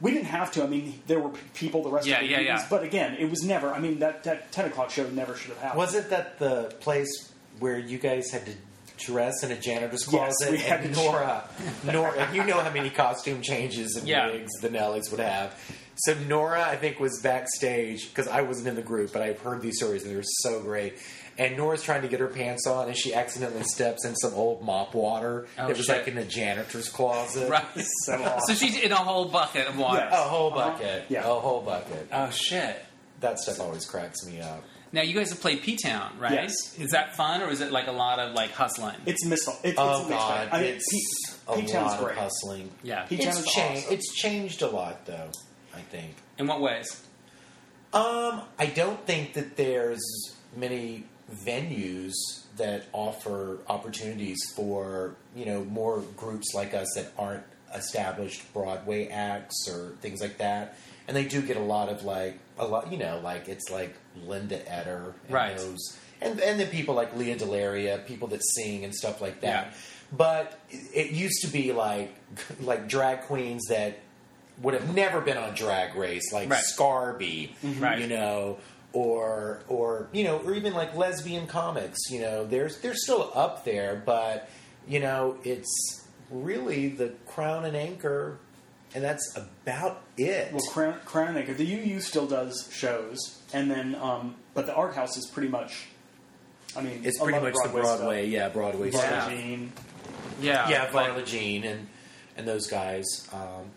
C: We didn't have to. I mean, there were p- people the rest
A: Yeah,
C: of the
A: yeah,
C: meetings,
A: yeah.
C: but again, it was never. I mean, that, that ten o'clock show never should have happened.
B: Was it that the place where you guys had to dress in a janitor's
C: Yes,
B: closet?
C: we had
B: and
C: to-
B: Nora, Nora, and you know how many costume changes and
A: Yeah.
B: wigs the Nellies would have. So Nora, I think, was backstage because I wasn't in the group, but I've heard these stories and they're so great. And Nora's trying to get her pants on, and she accidentally steps in some old mop water.
A: Oh,
B: it was
A: shit.
B: like in the janitor's closet,
A: Right.
C: so
A: So
C: awesome.
A: she's in a whole bucket of water.
B: A
C: Yes.
B: whole
A: Uh-huh.
B: bucket,
C: Yeah.
B: a whole bucket.
A: Oh, shit.
B: That stuff always cracks me up.
A: Now, you guys have played P Town, right?
C: Yes.
A: Is that fun or is it like a lot of like hustling?
C: It's missile. It's,
B: Oh
C: it's
B: God,
C: I mean,
B: it's
C: Pete, Pete
B: a
C: Town's
B: lot of
C: great.
B: hustling.
A: yeah.
C: P- Pete Town
B: It's
C: is
B: changed.
C: awesome.
B: It's changed a lot, though. I think.
A: In what ways?
B: Um, I don't think that there's many venues that offer opportunities for you know more groups like us that aren't established Broadway acts or things like that. and they do get a lot of like a lot, you know, like it's like Linda Etter, and
A: Right.
B: Those, and and then people like Leah Delaria, people that sing and stuff like that.
A: Yeah.
B: But it it used to be like like drag queens that would have never been on Drag Race, like
A: Right. Mm-hmm.
B: Scarby,
A: Right.
B: you know, or or you know, or even like lesbian comics. You know, there's they're still up there, but you know, it's really the crown and anchor, and that's about it.
C: Well, Crown, Crown and Anchor, the UU still does shows, and then um, but the art house is pretty much. I mean,
B: it's
C: a
B: pretty
C: lot of
B: much the Broadway,
C: stuff.
B: yeah, Broadway.
C: Barney
B: stuff.
C: Jean.
A: Yeah.
B: yeah,
A: like-
B: Varla uh, Jean and and those guys. Um,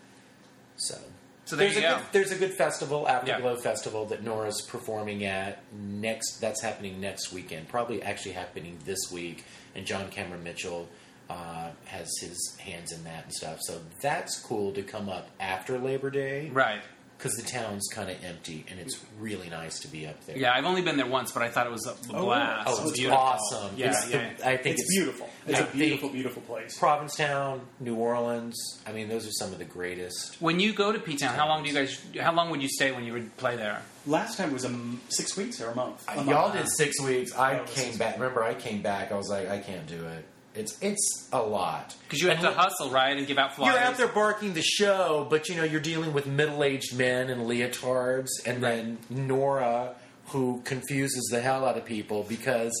B: so
A: So there
B: there's
A: you
B: a
A: go.
B: Good, there's a good festival, Afterglow
A: Yeah.
B: Festival, that Nora's performing at next. That's happening next weekend, probably actually happening this week. And John Cameron Mitchell uh, has his hands in that and stuff. So that's cool to come up after Labor Day
A: Right.
B: because the town's kind of empty, and it's really nice to be up there.
A: Yeah, I've only been there once, but I thought it was a
C: really?
A: blast.
B: Oh,
C: So
B: it's,
C: it's
A: beautiful.
B: awesome!
A: Yeah,
B: It's the-
A: yeah.
B: I think
C: It's, beautiful. It's
B: I
C: a beautiful,
B: think-
C: beautiful place.
B: Provincetown, New Orleans. I mean, those are some of the greatest.
A: When you go to P Town, how long do you guys? How long would you stay when you would play there?
C: Last time was um, six weeks or a month. A month.
B: Y'all did six weeks. I
C: Oh,
B: came
C: six
B: back. Remember, I came back. I was like, I can't do it. It's it's a lot
A: Because you have
B: And
A: to
B: look,
A: hustle, right, and give out flyers.
B: You're out there barking the show, but you know you're dealing with middle-aged men in leotards, and then Nora, who confuses the hell out of people because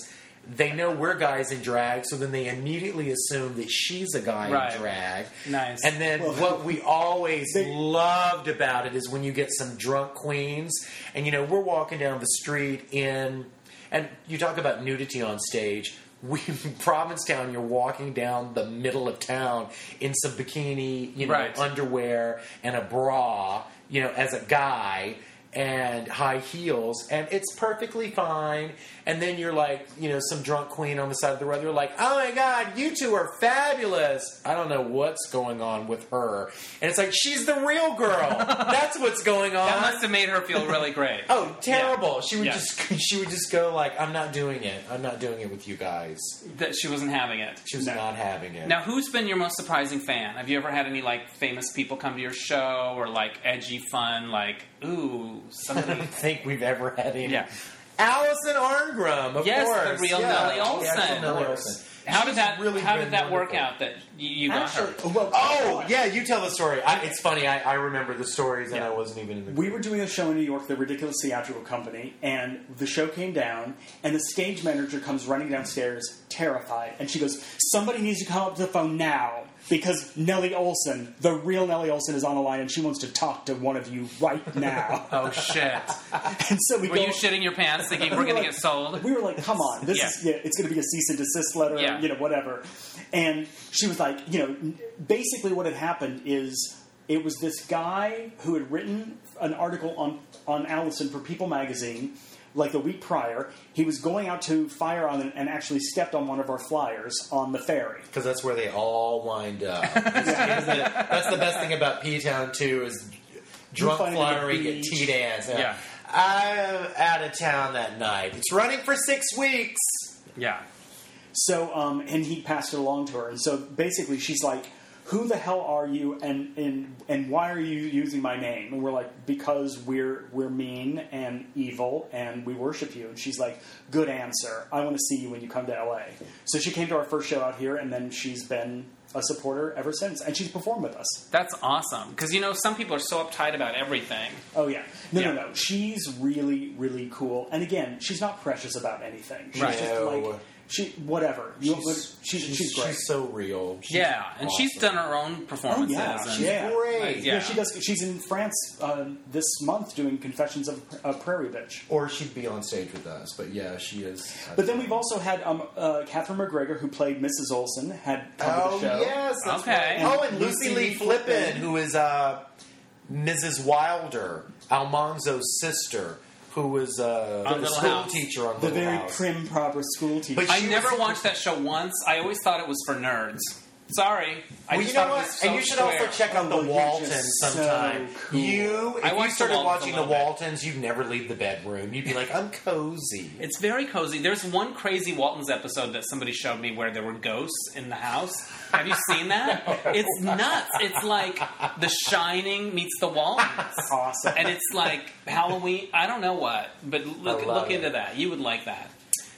B: they know we're guys in drag, so then they immediately assume that she's a guy
A: Right.
B: in drag.
A: Nice.
B: And then
C: Well,
B: what we always
C: they-
B: loved about it is when you get some drunk queens, and you know we're walking down the street in, and you talk about nudity on stage. We Provincetown, you're walking down the middle of town in some bikini, you know,
A: Right.
B: underwear and a bra, you know, as a guy and high heels, and it's perfectly fine. And then you're like, you know, some drunk queen on the side of the road. They're like, "Oh my god, you two are fabulous!" I don't know what's going on with her, and it's like she's the real girl. That's what's going on.
A: That must have made her feel really great.
B: Oh, terrible! She would
A: Yeah.
B: just she would just go like, "I'm not doing it. I'm not doing it with you guys."
A: That she wasn't having it.
B: She was
C: No.
B: not having it.
A: Now, who's been your most surprising fan? Have you ever had any like famous people come to your show or like edgy fun, like ooh
B: I don't
A: somebody?
B: think we've ever had any.
A: Yeah.
B: Allison Arngrim, of
A: Yes, the
B: course.
A: real Nellie
B: the actual
A: Olsen.
B: Nellie
C: Of course.
B: Olsen.
A: how did
B: She's
A: that
B: really
A: How
B: been
A: did that work
B: wonderful.
A: out that you, you got
C: Actually,
A: her?
C: well,
B: Oh yeah, you tell the story. I, it's funny. I, I remember the stories, and
A: Yeah.
B: I wasn't even in the.
C: We were doing a show in New York, the Ridiculous Theatrical Company, and the show came down, and the stage manager comes running downstairs, terrified, and she goes, "Somebody needs to come up to the phone now because Nellie Olson, the real Nellie Olson, is on the line, and she wants to talk to one of you right now."
A: Oh shit!
C: and so we
A: Were
C: go.
A: you shitting your pants thinking we're gonna get sold?
C: We were like, "Come on, this
A: Yeah.
C: is yeah, it's going to be a cease and desist letter,
A: Yeah.
C: you know, whatever." And she was like, you know, basically what had happened is it was this guy who had written an article on on Allison for People magazine. Like the week prior, he was going out to fire on and actually stepped on one of our flyers on the ferry.
B: because that's where they all wind up. That's the- that's the best thing about P Town too is drunk
C: find it at the
B: flyering at
C: beach.
B: tea dance.
A: Yeah.
B: I'm out of town that night. It's running for six weeks.
A: Yeah.
C: So, um, and he passed it along to her. And so basically, she's like, "Who the hell are you? And and and why are you using my name?" And we're like, "Because we're we're mean and evil, and we worship you." And she's like, "Good answer. I want to see you when you come to LA." So she came to our first show out here, and then she's been a supporter ever since, and she's performed with us.
A: That's awesome. Because, you know, some people are so uptight about everything.
C: Oh yeah, no,
A: Yeah.
C: no, no. She's really, really cool. And again, she's not precious about anything. She's
A: Right.
C: just like
B: No.
C: she, whatever. You- she's, she's, great.
B: so real. She's
A: yeah. And she's
B: awesome.
A: done her own performances. and-
C: she's
B: Oh, Yeah. great.
A: Like,
C: Yeah.
A: yeah.
C: she does. She's in France uh, this month doing Confessions of a Prairie Bitch.
B: Or she'd be on stage with us, but yeah, she is.
C: But then we've also had um, uh, Catherine McGregor, who played Mrs. Olson, had come
B: Oh
C: to the show.
B: yes, that's
A: Okay.
B: right. Oh, and Lucy Lee Flippin, who is uh, Mrs. Wilder, Almanzo's sister, who was uh,
A: On
B: the
A: Little
B: school
A: House.
B: teacher on
C: The
B: Little
C: very
B: House.
C: prim, proper school teacher.
B: But
A: I
B: she
A: never
B: was-
A: watched that show once. I always thought it was for nerds. Sorry. I
B: Well,
A: just
B: you know
A: thought it
B: what?
A: was so
B: and you should
A: square.
B: also check out
C: Oh,
B: the
C: you're
B: Waltons
C: just so
B: sometime.
C: cool.
B: You, if
A: I
B: you
A: watched The
B: started
A: Waltons
B: watching
A: a
B: the
A: little bit.
B: Waltons, you'd never leave the bedroom. You'd be like, I'm cozy.
A: It's very cozy. There's one crazy Waltons episode that somebody showed me where there were ghosts in the house. Have you seen that? It's nuts. It's like The Shining meets The Waltons.
C: Awesome.
A: And it's like Halloween. I don't know what, but look
B: I love
A: look
B: it.
A: into that. You would like that.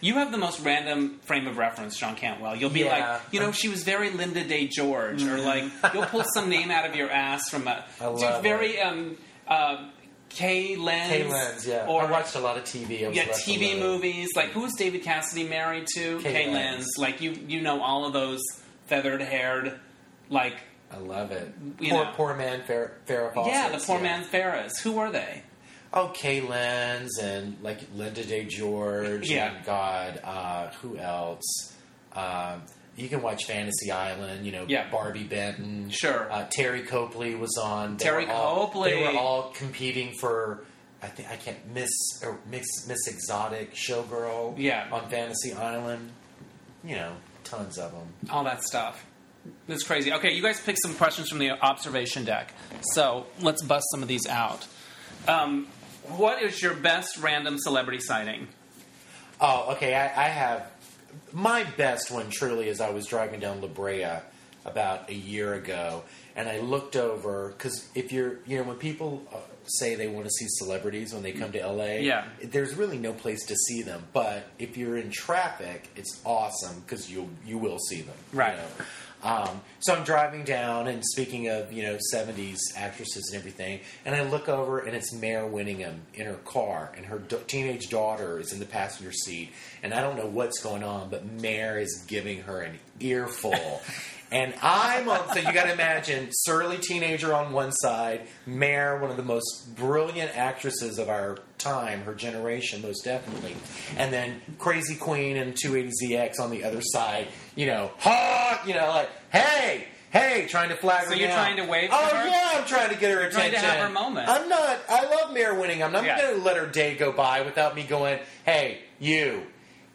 A: You have the most random frame of reference, John Cantwell. You'll be
B: Yeah. Mm-hmm.
A: like, you know, she was very Linda Day George, or like you'll pull some name out of your ass from a
B: I love
A: Dude,
B: it.
A: very um, uh, K Lens,
B: Hey, Lens, yeah.
A: or
B: I watched a lot of TV. I was
A: yeah,
B: left
A: TV
B: alone.
A: movies. Like, who's David Cassidy married to?
B: Kay
A: Kay
B: Lenz.
A: Lenz. Like, you you know all of those feathered haired, like,
B: I love it.
A: You
B: poor,
A: know.
B: poor man, Farrah Farrah Fawcett.
A: yeah, the poor man Ferris. Who were they?
B: Oh, Kay Lenz and like Linda Day George.
A: Yeah.
B: and God, uh, who else? Um, you can watch Fantasy Island. You know,
A: Yeah.
B: Barbie Benton.
A: Sure.
B: Uh, Terry Copley was on. They
A: Terry
B: were all-
A: Copley.
B: They were all competing for. I think I can't miss or Miss Miss Exotic Showgirl.
A: Yeah.
B: On Fantasy Island, you know, tons of them.
A: All that stuff. That's crazy. Okay, you guys picked some questions from the observation deck. So let's bust some of these out. Um, what is your best random celebrity sighting?
B: Oh, okay. I, I have my best one truly is I was driving down La Brea about a year ago, and I looked over because if you're, you know, when people uh, say they want to see celebrities when they come to LA,
A: Yeah.
B: there's really no place to see them. But if you're in traffic, it's awesome because you you will see them, you
A: Right.
B: know. Um, so I'm driving down, and speaking of you know 70s actresses and everything, and I look over, and it's Mayor Winningham in her car, and her da- teenage daughter is in the passenger seat, and I don't know what's going on, but Mayor is giving her an earful. And I'm on, so you got to imagine surly teenager on one side, Mare, one of the most brilliant actresses of our time, her generation, most definitely, and then Crazy Queen and 280ZX on the other side, you know, ha, you know, like, hey, hey, trying to flag her
A: So you're
B: down.
A: trying to wave to
B: Oh,
A: her?
B: yeah, I'm trying to get her
A: trying
B: attention.
A: to have her moment.
B: I'm not, I love Mare winning. I'm not
A: Yeah.
B: going to let her day go by without me going, hey, you,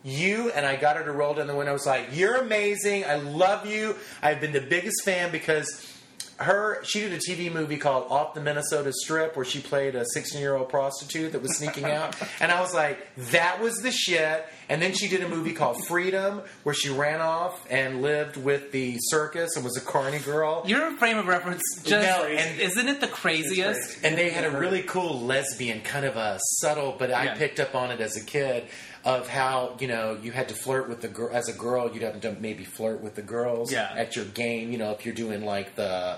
B: you and I got her to roll down the window. I was like, "You're amazing. I love you. I've been the biggest fan because her. She did a TV movie called Off the Minnesota Strip where she played a 16 year old prostitute that was sneaking out, and I was like, that was the shit. And then she did a movie called Freedom where she ran off and lived with the circus and was a carny girl.
A: Your frame of reference just
B: No, and-
A: isn't it the craziest?
C: crazy.
B: And they had a really cool lesbian, kind of a subtle, but I
A: Yeah.
B: picked up on it as a kid of how you know you had to flirt with the girl as a girl. You'd have to maybe flirt with the girls
A: Yeah.
B: at your game. You know, if you're doing like the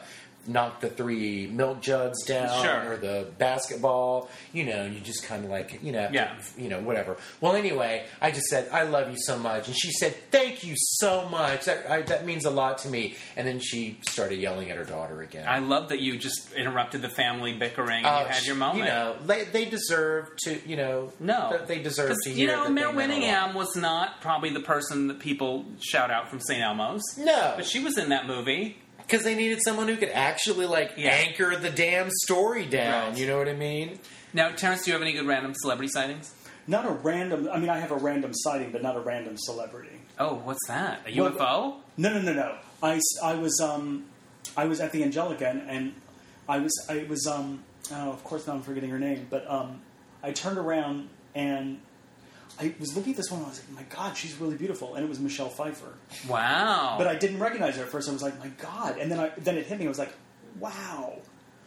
B: knock the three milk jugs down
A: Sure.
B: or the basketball, you know, you just kind of like you know, have to-
A: Yeah.
B: you know, whatever. Well, anyway, I just said I love you so much, and she said thank you so much. That I, that means a lot to me. And then she started yelling at her daughter again.
A: I love that you just interrupted the family bickering. and
B: Oh,
A: you had your
B: sh-
A: moment.
B: You know, they, they deserve to. You know,
A: No,
B: th- they deserve
A: 'Cause,
B: to hear.
A: You know,
B: that
A: Mayor
B: they meant a lot.
A: Winningham was not probably the person that people shout out from St. Elmo's.
B: No,
A: but she was in that movie.
B: because they needed someone who could actually like
A: Yeah.
B: anchor the damn story down.
A: Right.
B: You know what I mean?
A: Now, Terrence, do you have any good random celebrity sightings?
C: Not a random. I mean, I have a random sighting, but not a random celebrity.
A: Oh, what's that? A
C: Well,
A: UFO?
C: No, no, no, no. I, s- I was um, I was at the Angelica, and, and I was I was um, oh, of course now I'm forgetting her name, but um, I turned around and I was looking at this woman. I was like, my God, she's really beautiful, and it was Michelle Pfeiffer.
A: wow.
C: But I didn't recognize her at first. I was like, my God, and then I then it hit me. I was like, wow,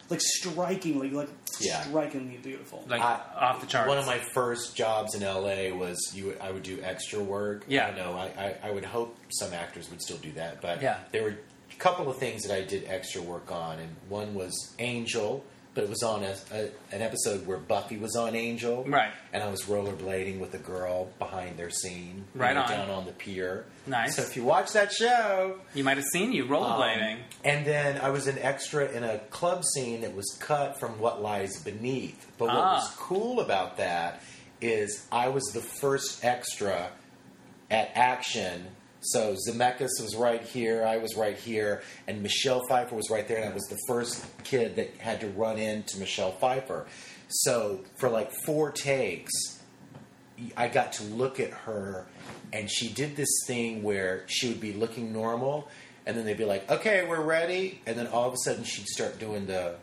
C: like strikingly, like
B: Yeah.
C: strikingly beautiful.
A: like
B: I-
A: off the charts.
B: One of my first jobs in LA was you. I would do extra work.
A: Yeah.
B: I know. I, I, I would hope some actors would still do that, but
A: Yeah.
B: there were a couple of things that I did extra work on, and one was Angel. But it was on a, a, an episode where Buffy was on Angel,
A: Right.
B: And I was rollerblading with a girl behind their scene, you
A: Right
B: know,
A: on.
B: down on the pier.
A: Nice.
B: So if you watch that show,
A: you might have seen you rollerblading.
B: um, and then I was an extra in a club scene that was cut from What Lies Beneath. But what
A: Ah.
B: was cool about that is I was the first extra at action. So Zemeckis was right here, I was right here, and Michelle Pfeiffer was right there, and I was the first kid that had to run into Michelle Pfeiffer. So for like four takes, I got to look at her, and she did this thing where she would be looking normal, and then they'd be like, "Okay, we're ready," and then all of a sudden she'd start doing the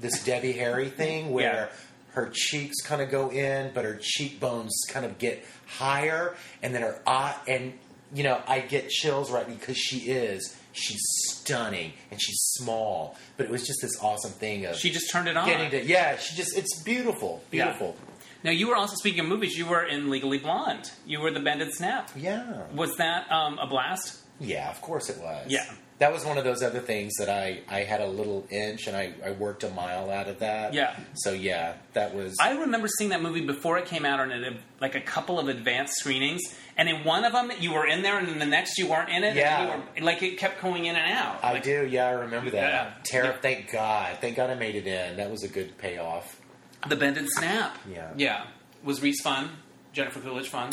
B: this Debbie Harry thing where
A: Yeah.
B: her cheeks kind of go in, but her cheekbones kind of get higher, and then her eye and you know I get chills right because she is she's stunning and she's small, but it was just this awesome thing of
A: She just turned it on.
B: getting to yeah she just it's beautiful
A: Yeah.
B: beautiful
A: Now you were also speaking of movies. You were in Legally Blonde. You were the Bandit Snap.
B: yeah.
A: Was that um, a blast?
B: Yeah, of course it was.
A: Yeah.
B: That was one of those other things that I, I had a little inch and I, I worked a mile out of that.
A: Yeah.
B: So, yeah, that was.
A: I remember seeing that movie before it came out on a, like a couple of advanced screenings, and in one of them you were in there, and in the next you weren't in it.
B: Yeah.
A: and you were, like it kept going in and out.
B: I
A: Like,
B: do, yeah, I remember that.
A: Yeah.
B: Tara,
A: Yeah.
B: thank God. Thank God I made it in. That was a good payoff.
A: The Bended Snap.
B: Yeah.
A: Yeah. Was Reese fun? Jennifer Coolidge fun?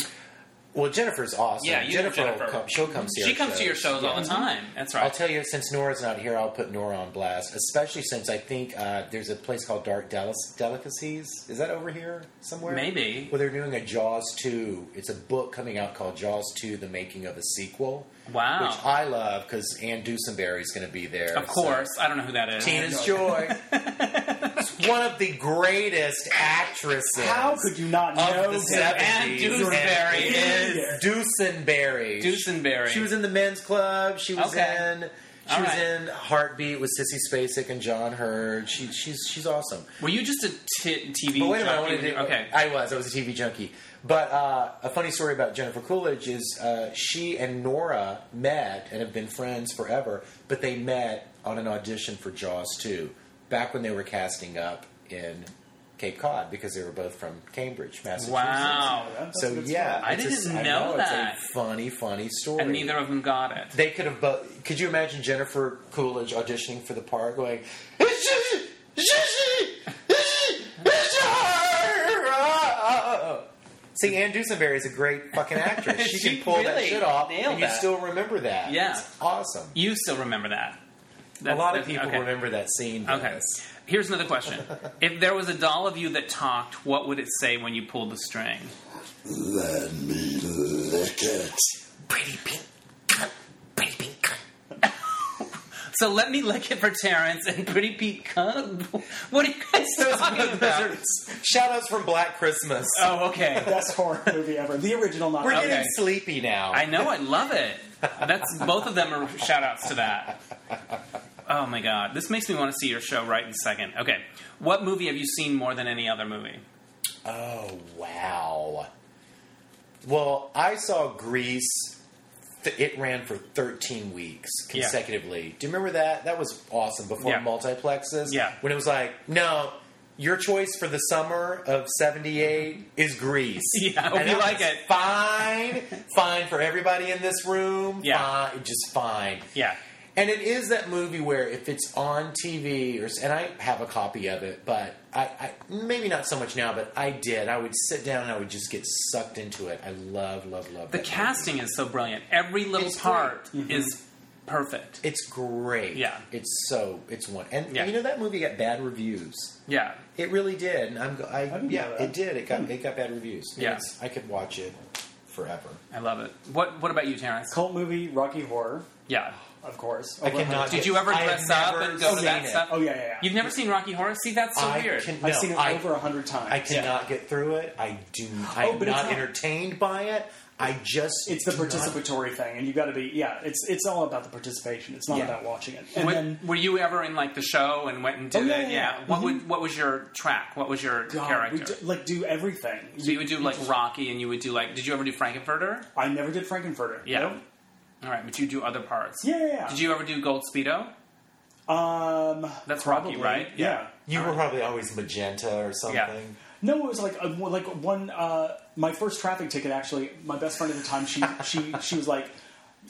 B: Well, Jennifer's awesome.
A: Yeah, you know
B: Jennifer, will
A: Jennifer.
B: Come, she'll come see
A: she
B: our
A: comes to your shows all
B: Yeah.
A: the time. That's right.
B: I'll tell you, since Nora's not here, I'll put Nora on blast, especially since I think uh, there's a place called Dark Dallas Delicacies. Is that over here somewhere?
A: Maybe.
B: Well, they're doing a Jaws 2. It's a book coming out called Jaws 2, The Making of a Sequel.
A: Wow.
B: Which I love because Anne Dusenberry's going to be there.
A: Oh. of course. I don't know who that is.
B: So. Tina's Joy. It's one of the greatest actresses.
C: How could you not
B: Of
C: know
B: the
C: that?
B: seven.
A: Anne Dewsbury is
B: Dusenberry.
A: Dusenberry.
B: She was in the men's club. She was
A: Okay.
B: in. She
A: All
B: was
A: right.
B: in Heartbeat with Sissy Spacek and John Hurd. She, she's she's awesome.
A: Were you just a t- TV?
B: But wait a minute, I
A: junkie?
B: wanted to.
A: Okay.
B: I was. I was a TV junkie. But uh, a funny story about Jennifer Coolidge is uh, she and Nora met and have been friends forever. But they met on an audition for Jaws 2 back when they were casting up in Cape Cod because they were both from Cambridge, Massachusetts.
A: Wow.
C: That's a
B: So
C: good
B: yeah,
C: story.
A: I
B: it's a-
A: didn't
B: I
A: know
B: it's a
A: that.
B: funny, funny story.
A: And neither of them got it.
B: They could have both. Could you imagine Jennifer Coolidge auditioning for the part, going, See, Anne Dusenberry is a great fucking actress. She,
A: She
B: can pull that
A: really
B: shit off,
A: nailed
B: and you
A: that.
B: still remember that.
A: Yeah.
B: it's awesome.
A: You still remember that.
B: a
A: That's-
B: lot of
A: that's-
B: people
A: okay.
B: remember that scene.
A: Okay.
B: Dennis.
A: Here's another question. if there was a doll of you that talked, what would it say when you pulled the string?
D: Let me lick it.
B: pretty pink, cunt, pretty pink. cunt.
A: So let me lick it for Terrence and Pretty Pete Cub. What are you guys
B: Those,
A: talking
B: those
A: about?
B: are shout outs from Black Christmas.
A: Oh, okay.
C: Best horror movie ever. The original, not
B: We're
A: Okay.
B: getting sleepy now.
A: I know. I love it. That's both of them are shout outs to that. Oh my god, this makes me want to see your show right in a second. Okay, what movie have you seen more than any other movie?
B: Oh wow! Well, I saw Grease. th- It ran for 13 weeks
A: Yeah.
B: consecutively. Do you remember that? That was awesome before
A: Yeah.
B: multiplexes.
A: Yeah.
B: When it was like, no, your choice for the summer of 78 is Grease.
A: Mm-hmm. Yeah, hope
B: And
A: you
B: that
A: like
B: was
A: it.
B: Fine. fine for everybody in this room.
A: Yeah.
B: Fine, just fine.
A: Yeah.
B: And it is that movie where if it's on TV, or and I have a copy of it, but I, I maybe not so much now, but I did. I would sit down and I would just get sucked into it. I love, love, love
A: The
B: that
A: casting is so brilliant. Every little
B: It's
A: part
C: Mm-hmm.
A: is perfect.
B: movie. It's great.
A: Yeah.
B: it's so it's one. And
A: Yeah.
B: you know that movie got bad reviews.
A: Yeah.
B: It really did. And I'm, go- I,
C: didn't
B: yeah,
C: know that. Hmm.
B: it did. It got it got bad reviews.
A: Yeah.
B: Yes, I could watch it forever.
A: I love it. What What about you, Terrence?
C: Cult movie, Rocky Horror,
A: Yeah.
C: of course.
B: I cannot.
A: Did you ever
B: I have
A: dress up
B: never
A: and go to
B: seen
A: that
B: it.
A: stuff?
C: Oh yeah, yeah, yeah.
A: You've never seen Rocky Horror? See, that's so
B: I
A: weird.
B: can-
C: I've
B: no,
C: seen it
B: I-
C: over a hundred times.
B: I cannot get through it. I do. I
C: Oh,
B: am
C: but it's
B: not
C: not-
B: entertained by it. I just.
C: It's the
B: do not-
C: participatory thing, and you got to be yeah. It's it's all about the participation. It's not
B: Yeah.
C: about watching it. And
A: Were-
C: then
A: were you ever in like the show and went and did
C: Oh, yeah,
A: it?
C: yeah, yeah.
A: What would What was your track? What was your
C: God, we
A: character?
C: do, like do everything.
A: so you would do like Rocky, and you would do like. Did you ever do Frankenfurter?
C: I never did Frankenfurter.
A: Yeah.
C: Nope.
A: All right, but you do other parts.
C: Yeah, yeah, yeah.
A: Did you ever do Gold Speedo?
C: Um,
A: That's
C: probably,
A: Rocky, right?
C: Yeah.
B: You were probably always magenta or something.
C: No, it was like a, like one. Uh, my first traffic ticket, actually. My best friend at the time, she she she was like,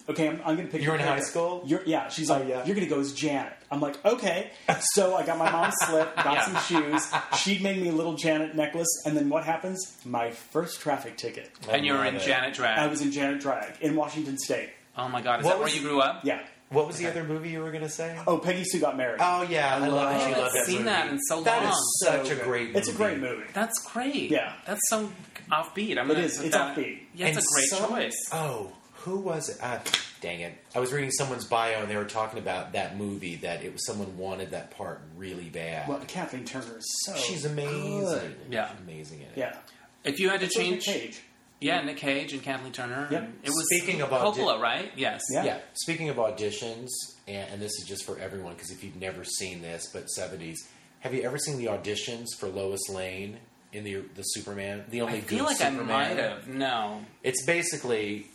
C: "Okay, I'm, I'm going to pick."
B: You were
C: your
B: in high
C: character."
B: school? Oh,
C: You're, yeah, she's like,
B: yeah.
C: "You're going to go as Janet." I'm like, "Okay." So I got my mom's slip, got some shoes. She made me a little Janet necklace, and then what happens? My first traffic ticket.
A: and you were in
B: Love it.
A: Janet Drag.
C: I was in Janet drag in Washington State.
A: oh my God, is
B: What
A: that where
B: was-
A: you grew up?
C: Yeah.
B: What was the other movie you were going to say?
C: Oh, Peggy Sue got married.
B: Oh, yeah, I, love
A: I
B: that you
A: haven't
B: love that
A: seen
B: movie.
A: that in so
B: That
A: long.
B: is such
C: So
B: a
C: good.
B: great. movie.
C: It's a great movie.
A: That's great.
C: Yeah.
A: That's so offbeat. I'm
C: It
A: gonna
C: is.
A: put
C: It's
A: that-
C: offbeat.
A: Yeah, it's
B: And
A: a great
B: some-
A: choice.
B: Oh, who was it? Uh, dang it! I was reading someone's bio and they were talking about that movie that it was someone wanted that part really bad.
C: Well, Kathleen Turner is so.
B: She's amazing.
C: good.
A: Oh, Yeah.
B: She's amazing in it.
C: Yeah.
A: If you had to
C: It's like Nick
A: change,
C: Cage.
A: yeah, Nick Cage and Kathleen Turner.
C: Yep.
A: and It was
B: Speaking of audi-
A: Coppola, right? Yes.
C: Yeah.
B: Yeah. Speaking of auditions, and, and this is just for everyone because if you've never seen this, but seventies, have you ever seen the auditions for Lois Lane in the the Superman? The only
A: I
B: good
A: feel like I
B: Superman.
A: might have. No.
B: It's basically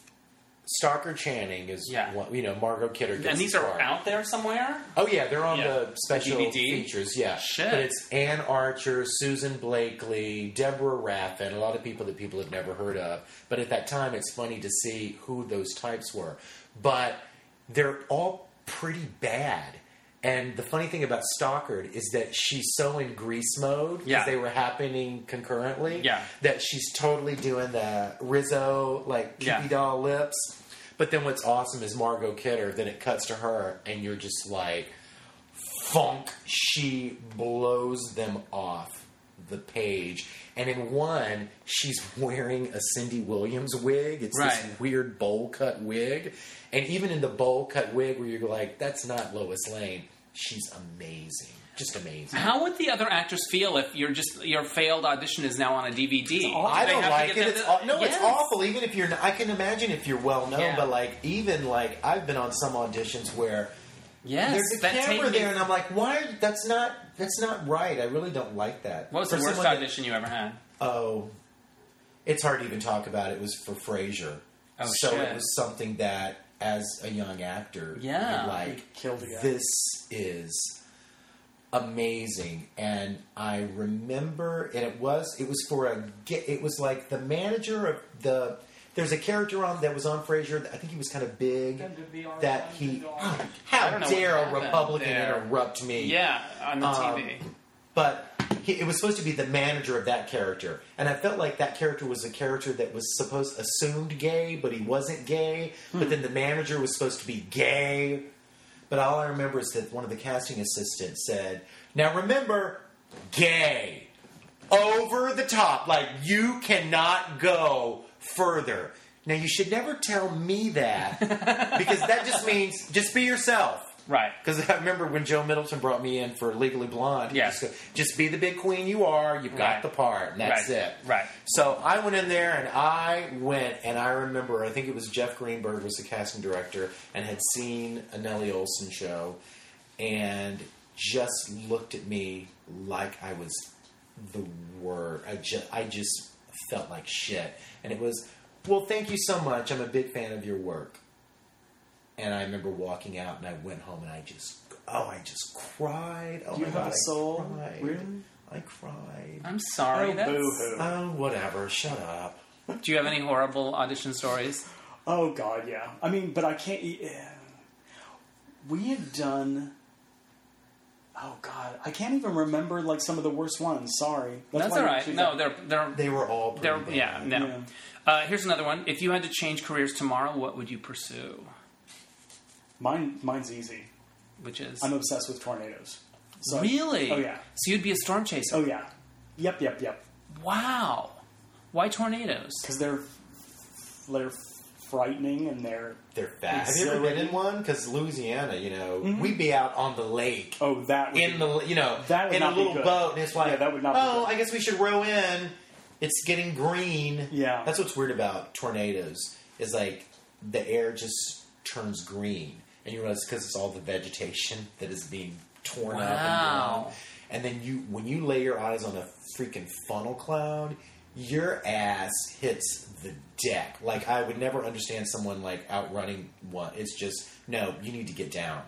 B: Starker Channing is
A: Yeah.
B: one, you know Margot Kidder. Gets
A: And these
B: the
A: are
B: part.
A: out there somewhere?
B: Oh yeah, they're on
A: Yeah.
B: the special
A: DVD?
B: features. Yeah,
A: Shit.
B: but it's Ann Archer, Susan Blakely, Deborah Raffin, a lot of people that people have never heard of. But at that time, it's funny to see who those types were. But they're all pretty bad. And the funny thing about Stockard is that she's so in grease mode because
A: Yeah.
B: they were happening concurrently.
A: Yeah.
B: that she's totally doing the Rizzo like
A: Yeah.
B: cupid doll lips. But then what's awesome is Margot Kidder. Then it cuts to her, and you're just like, funk. She blows them off the page. And in one, she's wearing a Cindy Williams wig. It's
A: Right.
B: this weird bowl cut wig. And even in the bowl cut wig, where you're like, that's not Lois Lane, she's amazing. Just amazing.
A: How would the other actors feel if your just your failed audition is now on a DVD?
C: awful.
A: Do
B: I
A: they
B: don't
A: have to
B: like
A: get
B: it.
A: them
B: It's
A: to-
B: aw- no,
A: Yes.
B: it's awful. Even if you're, not, I can imagine if you're well known,
A: Yeah.
B: but like even like I've been on some auditions where
A: Yes,
B: there's a
A: that
B: camera
A: tape-
B: there, and I'm like, why? Are you, that's not that's not right. I really don't like that.
A: What was
B: For
A: the worst
B: someone that-
A: audition you ever had?
B: Oh, it's hard to even talk about. It was for Frasier.
A: Oh,
B: so
A: shit.
B: it was something that, as a young actor,
A: Yeah.
B: you're like
C: Killed the guy.
B: this is amazing. And I remember, and it was it was for a ge- it was like the manager of the. There's a character on that was on Frasier. that I think he was kind of big. That he, Oh,
A: I
B: how
A: don't know
B: dare
A: what
B: a
A: happened
B: Republican
A: there.
B: interrupt me?
A: Yeah, on the
B: Um,
A: TV.
B: but he, it was supposed to be the manager of that character and i felt like that character was a character that was supposed assumed gay but he wasn't gay but then the manager was supposed to be gay but all i remember is that one of the casting assistants said now remember gay over the top like you cannot go further now you should never tell me that because that just means just be yourself
A: Right.
B: because I remember when Joe Middleton brought me in for Legally Blonde. he
A: Yeah.
B: Just, go, just be the big queen you are. You've got
A: Right.
B: the part. And that's
A: Right.
B: it.
A: Right.
B: So I went in there and I went and I remember I think it was Jeff Greenberg was the casting director and had seen a Nellie Olson show and just looked at me like I was the word. I just I just felt like shit. And it was, well, thank you so much. I'm a big fan of your work. And I remember walking out and I went home and I just oh I just cried. Oh
C: You
B: my
C: have
B: God,
C: a
B: I
C: soul?
B: cried.
C: Really?
B: I cried.
A: I'm sorry.
C: Oh,
A: that's-
C: boo-hoo.
B: Oh, whatever. Shut up.
A: Do you have any horrible audition stories?
C: Oh God, yeah. I mean, but I can't. Yeah. We had done. Oh God, I can't even remember like some of the worst ones. Sorry,
A: That's
C: why
A: all
C: we
A: right.
C: choose
A: No, they're
C: that.
A: they're
B: They were all pretty
A: they're
B: bad.
A: yeah no.
C: Yeah.
A: Uh, here's another one. If you had to change careers tomorrow, what would you pursue?
C: mine. Mine's easy.
A: Which is
C: I'm obsessed with tornadoes. So
A: really
C: Oh yeah.
A: So you'd be a storm chaser.
C: Oh yeah. Yep. Yep. Yep.
A: Wow. Why tornadoes?
C: Because they're they're frightening and they're
B: They're fat. Have you ever been in one? Because Louisiana, you know,
C: Mm-hmm.
B: we'd be out on the lake
C: oh that would
B: in
C: be-
B: the you know
C: That would
B: in a
C: not be
B: little
C: good.
B: boat, and it's like
C: Yeah, that would not be
B: oh,
C: good.
B: I guess we should row in. It's getting green.
C: Yeah.
B: that's what's weird about tornadoes is like the air just turns green, and you realize because it's all the vegetation that is being
A: Wow.
B: torn up and blown. And then you, when you lay your eyes on a freaking funnel cloud, your ass hits the deck. Like I would never understand someone like outrunning one. It's just no, you need to get down.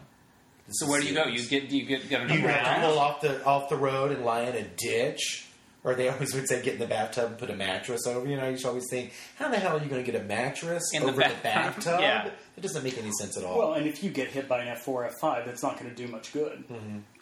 B: This
A: So
B: is
A: where do you go?
B: serious.
A: You get do you get get on a
B: You have to
A: ground?
B: pull off the off the road and lie in a ditch, or they always would say get in the bathtub and put a mattress over. You know, you should always think, how the hell are you going to get a mattress
A: In the
B: over
A: bathtub?
B: the bathtub?
A: Yeah.
B: It doesn't make any sense at all.
C: well, and if you get hit by an F four F five, that's not going to do much good.
A: Oh,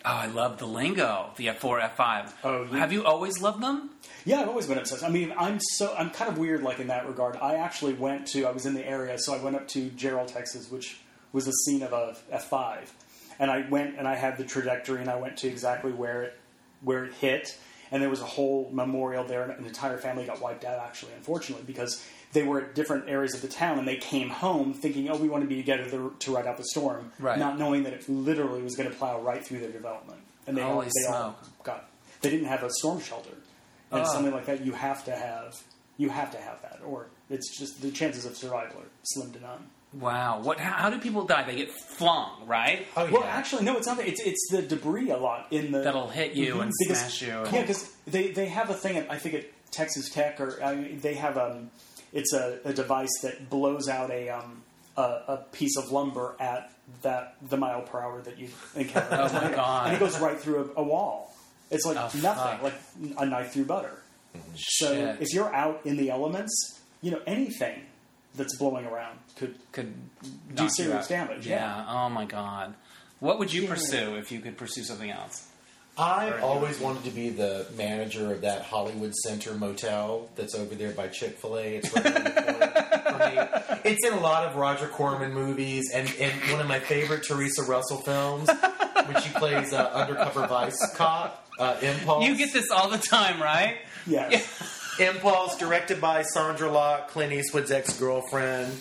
A: I love the lingo, the F four F five.
C: Oh, yeah.
A: have you always loved them?
C: Yeah, I've always been obsessed. I mean, I'm so I'm kind of weird like in that regard. I actually went to I was in the area, so I went up to Gerald, Texas, which was the scene of a F five, and I went and I had the trajectory, and I went to exactly where it where it hit, and there was a whole memorial there, and an entire family got wiped out actually, unfortunately, because they were at different areas of the town, and they came home thinking, "Oh, we want to be together to- to ride out the storm,"
A: Right.
C: not knowing that it literally was going to plow right through their development, and they all,
A: Holy
C: they all
A: smoke.
C: got they didn't have a storm shelter, and
A: Ah.
C: something like that you have to have you have to have that, or it's just the chances of survival are slim to none.
A: Wow. What? How, how do people die? They get
E: Flung, right?
B: Oh yeah.
C: Well, actually, no, it's not that. It's it's the debris a lot in the Mm-hmm.
A: that'll hit you and
C: because,
A: smash you.
C: Yeah, because they, they have a thing. At, I think at Texas Tech or I mean, they have um, it's a, a device that blows out a um a, a piece of lumber at that the mile per hour that you encounter.
A: Oh, my God.
C: And it goes right through a, a wall. It's like
A: Oh,
C: nothing,
A: fuck.
C: like a knife through butter.
B: Mm-hmm.
C: So
A: Shit.
C: if you're out in the elements, you know anything that's blowing around could
A: could
C: do
A: knock you
C: serious
A: out.
C: damage.
A: Yeah. Oh my god. What would you pursue if you could pursue something else?
B: I always wanted to be the manager of that Hollywood Center motel that's over there by Chick Fil A. It's right around the corner from me. It's in a lot of Roger Corman movies, and, and one of my favorite Teresa Russell films, which she plays uh, undercover vice cop. Uh, Impulse.
E: You get this all the time, right?
C: Yeah.
B: Impulse, directed by Sandra Locke, Clint Eastwood's ex girlfriend.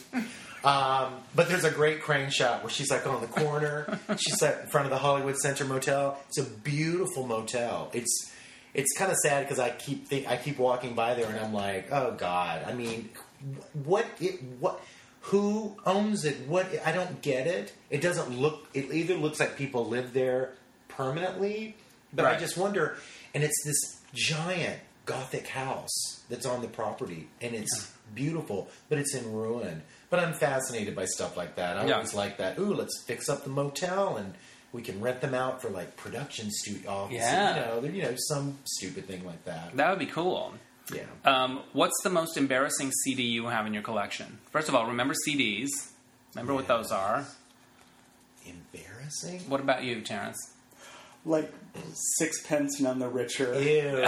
B: Um, but there's a great crane shot where she's like on the corner. She's like in front of the Hollywood Center Motel. It's a beautiful motel. It's it's kind of sad because I keep think, I keep walking by there and I'm like, oh god. I mean, wh- what it what who owns it? What I don't get it. It doesn't look. It either looks like people live there permanently, but I
A: Right.
B: just wonder. And it's this giant gothic house that's on the property, and it's beautiful, but it's in ruin. But I'm fascinated by stuff like that. I
A: Yeah.
B: always like that. Ooh, let's fix up the motel and. We can rent them out for like production studio offices,
A: Yeah.
B: you know, there- you know, some stupid thing like that.
A: That would be cool.
B: Yeah,
A: Um, what's the most embarrassing CD you have in your collection? First of all, remember CDs. Remember what those are.
B: embarrassing.
A: What about you, Terrence?
C: like sixpence none the richer.
B: Ew.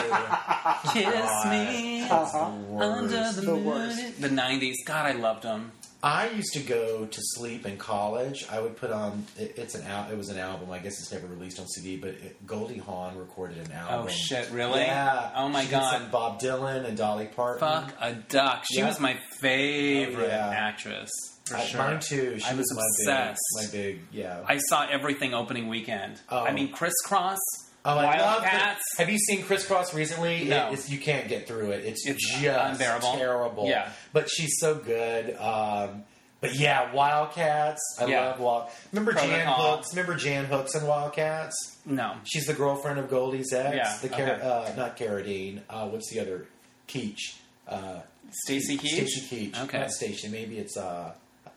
A: Kiss me
C: Uh-huh.
A: under the,
C: The
A: moon.
C: worst.
A: The '90s. God, I loved them.
B: I used to go to sleep in college. I would put on it, it's an al- it was an album. I guess it's never released on CD, but it, Goldie Hawn recorded an album.
A: Oh shit! Really?
B: Yeah.
A: Oh my
B: She did
A: god.
B: some Bob Dylan and Dolly Parton.
A: Fuck a duck. She
B: Yeah.
A: was my favorite
B: Oh, yeah.
A: actress for
B: I-
A: sure.
B: Mine too. She
A: I was obsessed.
B: my big my big yeah.
A: I saw everything opening weekend.
B: Oh.
A: I mean, crisscross.
B: oh, I love that.
A: Wildcats.
B: Have you seen Crisscross recently?
A: No.
B: It, it's, you can't get through it. It's,
A: It's
B: just
A: unbearable.
B: terrible.
A: Yeah.
B: but she's so good. Um, but yeah, Wildcats. I
A: Yeah.
B: love Wild. Remember Jan
A: Protocol.
B: Hooks? Remember Jan Hooks and Wildcats?
A: No.
B: She's the girlfriend of Goldie's ex.
A: Yeah,
B: The Car-
A: okay.
B: uh, not Carradine. Uh, what's the other? Keach. Uh,
A: Stacy Keach.
B: Stacey Keach.
A: Okay.
B: Not Stacey. Maybe it's uh,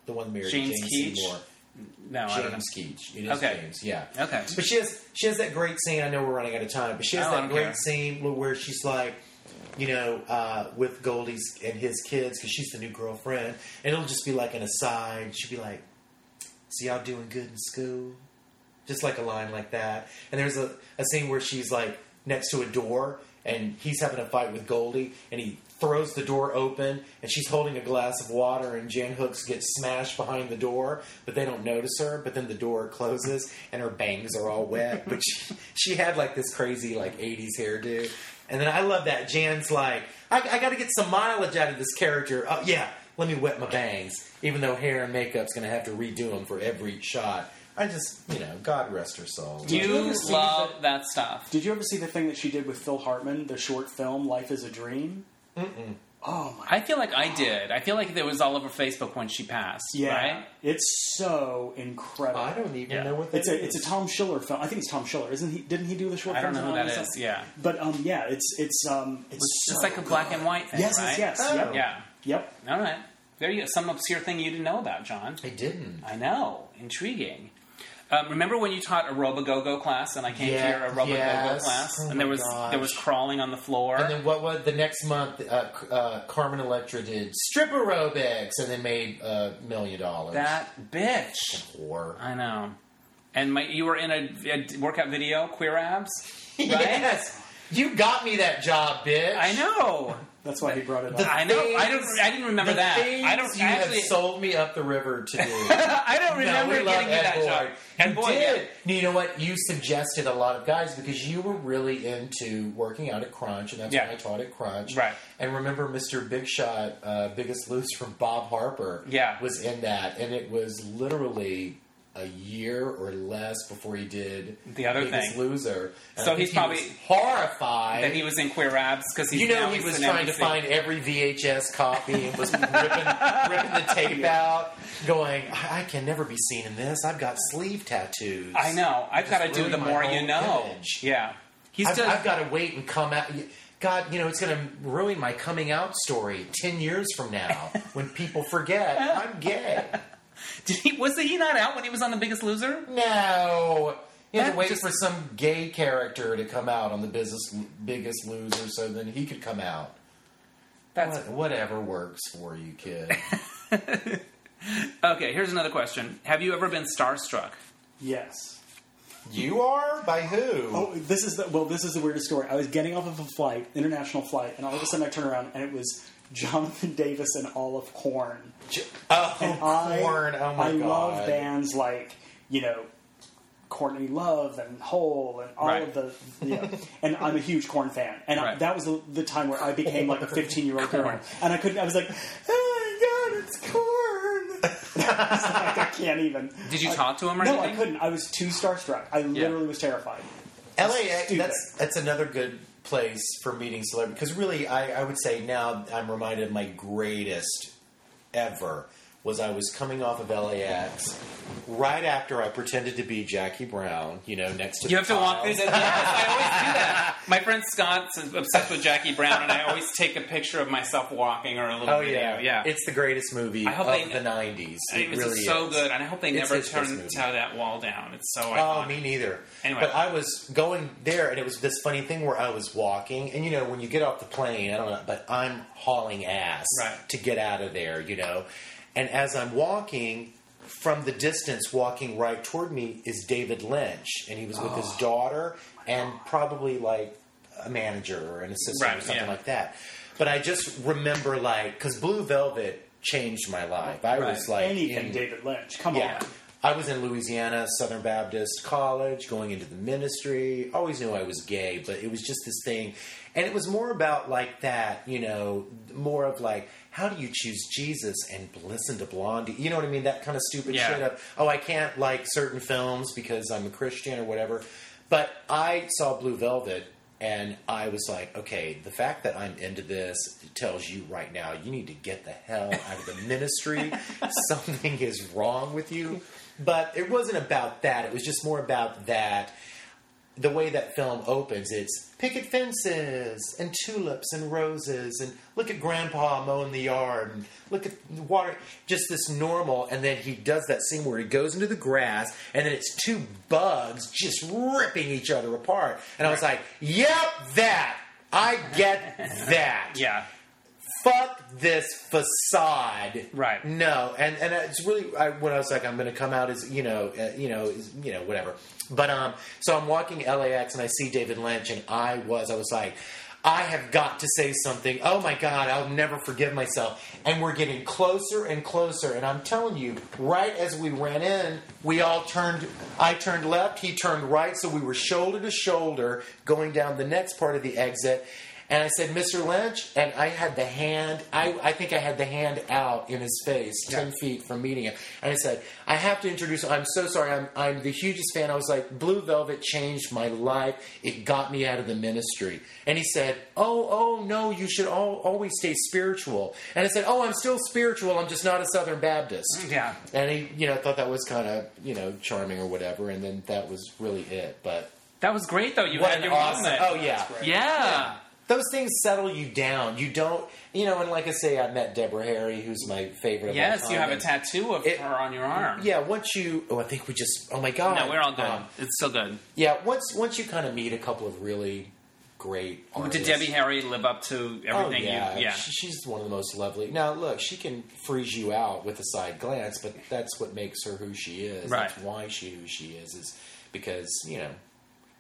B: the one married
A: James
B: James
A: Keach?
B: Seymour.
A: No, I don't know.
B: James Keach. It is
A: Okay.
B: James. Yeah.
A: Okay.
B: But she has she has that great scene. I know we're running out of time, but she has
A: No, Oh, I
B: that
A: don't
B: great
A: care.
B: scene where she's like, you know, uh, with Goldie's and his kids because she's the new girlfriend, and it'll just be like an aside. She'd be like, "See, y'all doing good in school," just like a line like that. And there's a, a scene where she's like next to a door, and he's having a fight with Goldie, and he. Throws the door open, and she's holding a glass of water, and Jan Hooks gets smashed behind the door, but they don't notice her. But then the door closes, and her bangs are all wet. But she, she had like this crazy like '80s hairdo, and then I love that Jan's like, I, I got to get some mileage out of this character. Oh yeah, let me wet my bangs, even though hair and makeup's going to have to redo them for every shot. I just, you know, God rest her soul.
C: Did you
A: You
C: ever see
A: love that stuff.
C: Did you ever see the thing that she did with Phil Hartman, the short film "Life Is a Dream"? Mm-mm. Oh my!
A: I feel like I did. I feel like it was all over Facebook when she passed.
C: yeah,
A: Right?
C: it's so incredible.
B: I don't even
A: Yeah.
B: know what that
C: it's a it's a
B: is.
C: Tom Schiller film. I think it's Tom Schiller, isn't he? Didn't he do the short?
A: I don't know
C: films
A: who
C: and
A: that
C: all that
A: is.
C: stuff?
A: Yeah.
C: But um, yeah, it's it's um, it's,
A: It's
C: so
A: like a black and white thing,
C: yes,
A: right?
C: yes, yes,
B: Oh.
C: yep,
A: Yeah.
C: yep.
A: All right. There you go. Some obscure thing you didn't know about, John.
B: I didn't.
A: I know. Intriguing. Um, remember when you taught a Robogogo class and I came
B: Yeah,
A: to your Robogogo
B: yes.
A: class
B: Oh
A: and there
B: my
A: was there
B: gosh.
A: was crawling on the floor.
B: And then what was the next month? Uh, C- uh, Carmen Electra did strip aerobics and then made a million dollars.
A: that bitch.
B: whore.
A: I know. And my, you were in a, a workout video, queer abs.
B: Yes, you got me that job, bitch.
A: I know.
C: That's why he brought it
B: The-
C: up.
F: I know. I don't.
B: things-
F: I didn't remember
B: the
F: that.
B: things
F: I don't
B: you
F: actually.
B: have sold me up the river to do.
F: I don't remember
B: no, we love
F: getting you
B: Ed
F: that
B: Boyd.
F: job.
B: You
F: And boy,
B: did.
F: yeah.
B: You know what? You suggested a lot of guys because you were really into working out at Crunch, and that's
F: Yeah.
B: when I taught at Crunch.
F: Right.
B: And remember, Mr. Big Shot, uh, Biggest Loose from Bob Harper,
F: Yeah.
B: was in that, and it was literally a year or less before he did
F: The other
B: Biggest
F: thing.
B: Loser. And
F: So
B: I think
F: he's
B: he was
F: probably-
B: horrified
F: Then he was in Queer Abs because he's
B: you know
F: now
B: he
F: he's
B: was
F: in
B: trying to
F: NBC.
B: find every VHS copy and was ripping, ripping the tape out, going, I-, "I can never be seen in this. I've got sleeve tattoos.
F: I know. I've got to do
B: ruined
F: the
B: my
F: more
B: whole
F: you know.
B: image.
F: Yeah. He's
B: I've,
F: done.
B: I've got to wait and come out. God, you know it's going to ruin my coming out story ten years from now when people forget I'm gay.
F: did he, was he not out when he was on The Biggest Loser?
B: No." You have to
F: That
B: wait
F: just-
B: for some gay character to come out on the business, biggest loser, so then he could come out.
F: That's
B: What- whatever works for you, kid.
F: okay. Here's another question: Have you ever been starstruck?
C: Yes.
B: You are by who?
C: Oh, this is the well. This is the weirdest story. I was getting off of a flight, international flight, and all of a sudden I turn around and it was Jonathan Davis and Olive Corn.
B: Oh,
C: And I,
B: corn! Oh my
C: I
B: god!
C: love bands like you know Courtney Love and Hole and all of the. Yeah. and I'm a huge Corn fan, and I,
F: Right.
C: that was the, the time where I became like a 15 year old girl, and I couldn't. I was like, oh my god, it's Corn! like, I can't even.
F: Did you
C: I-
F: talk to him or
C: No, I
F: anything?
C: couldn't. I was too starstruck. I literally was terrified.
B: LAX.
C: Stupid.
B: That's that's another good place for meeting celebrities because really, I, I would say now I'm reminded of my greatest ever was I was coming off of LAX right after I pretended to be Jackie Brown. You know, next to
F: You
B: the
F: have to walk through
B: piles.
F: this. Yes, I always do that. My friend Scott's obsessed with Jackie Brown, and I always take a picture of myself walking or a little
B: Oh
F: video.
B: yeah,
F: yeah.
B: It's the greatest movie
F: I hope
B: of
F: they-
B: the '90s.
F: And it was
B: really
F: so
B: is.
F: good, and I hope they
B: It's
F: never
B: his best
F: turn
B: movie.
F: tear that wall down. It's so
B: Oh,
F: iconic.
B: me neither.
F: Anyway.
B: But I was going there, and it was this funny thing where I was walking, and you know, when you get off the plane, I don't know, but I'm hauling ass
F: Right.
B: to get out of there, you know. And as I'm walking, from the distance, walking right toward me is David Lynch, and he was with
F: Oh.
B: his daughter and probably like a manager or an assistant or
F: Right,
B: something
F: yeah.
B: like that. But I just remember, like, because Blue Velvet changed my life. I was like,
C: Anything,
B: in-
C: David Lynch. Come
B: yeah.
C: on.
B: I was in Louisiana Southern Baptist College, going into the ministry. Always knew I was gay, but it was just this thing. And it was more about like that, you know, more of like, how do you choose Jesus and listen to Blondie? You know what I mean? That kind of stupid
F: Yeah.
B: shit of, oh, I can't like certain films because I'm a Christian or whatever. But I saw Blue Velvet and I was like, okay, the fact that I'm into this tells you right now, you need to get the hell out of the ministry. Something is wrong with you. But it wasn't about that. It was just more about that. The way that film opens, it's picket fences and tulips and roses, and look at Grandpa mowing the yard, and look at the water, just this normal. And then he does that scene where he goes into the grass, and then it's two bugs just ripping each other apart. And I was like, yep, that. I get that
F: Yeah.
B: fuck this facade
F: Right.
B: no and and it's really I, when i was like i'm gonna come out as you know uh, you know as, you know whatever but um so i'm walking lax and i see david lynch and i was i was like I have got to say something. Oh my God, I'll never forgive myself. And we're getting closer and closer. And I'm telling you, right as we ran in, we all turned. I turned left, he turned right. So we were shoulder to shoulder going down the next part of the exit. And I said, Mr. Lynch, and I had the hand, I, I think I had the hand out in his face, 10 feet from meeting him. And I said, I have to introduce him. I'm so sorry. I'm, I'm the hugest fan. I was like, Blue Velvet changed my life. It got me out of the ministry. And he said, Oh, oh, no, you should all, always stay spiritual. And I said, Oh, I'm still spiritual. I'm just not a Southern Baptist.
F: Yeah.
B: And he, you know, thought that was kind of, you know, charming or whatever. And then that was really it. But
F: That was great, though. You
B: what
F: had
B: an
F: your
B: awesome.
F: moment.
B: Oh, yeah
F: yeah.
B: those things settle you down. You don't, you know. And like I say, I met Deborah Harry, who's my favorite. of all
F: Yes,
B: time.
F: you have a tattoo of
B: It-
F: her on your arm.
B: Yeah, once you. Oh, I think we just. Oh my God.
F: No, we're all good.
B: Um,
F: it's so good.
B: yeah, once once you kind of meet a couple of really great. Artists,
F: Did Debbie Harry live up to
B: Oh
F: everything?
B: yeah,
F: you Yeah.
B: She- she's one of the most lovely. Now look, she can freeze you out with a side glance, but that's what makes her who she is.
F: Right.
B: That's why she who she is is because you know,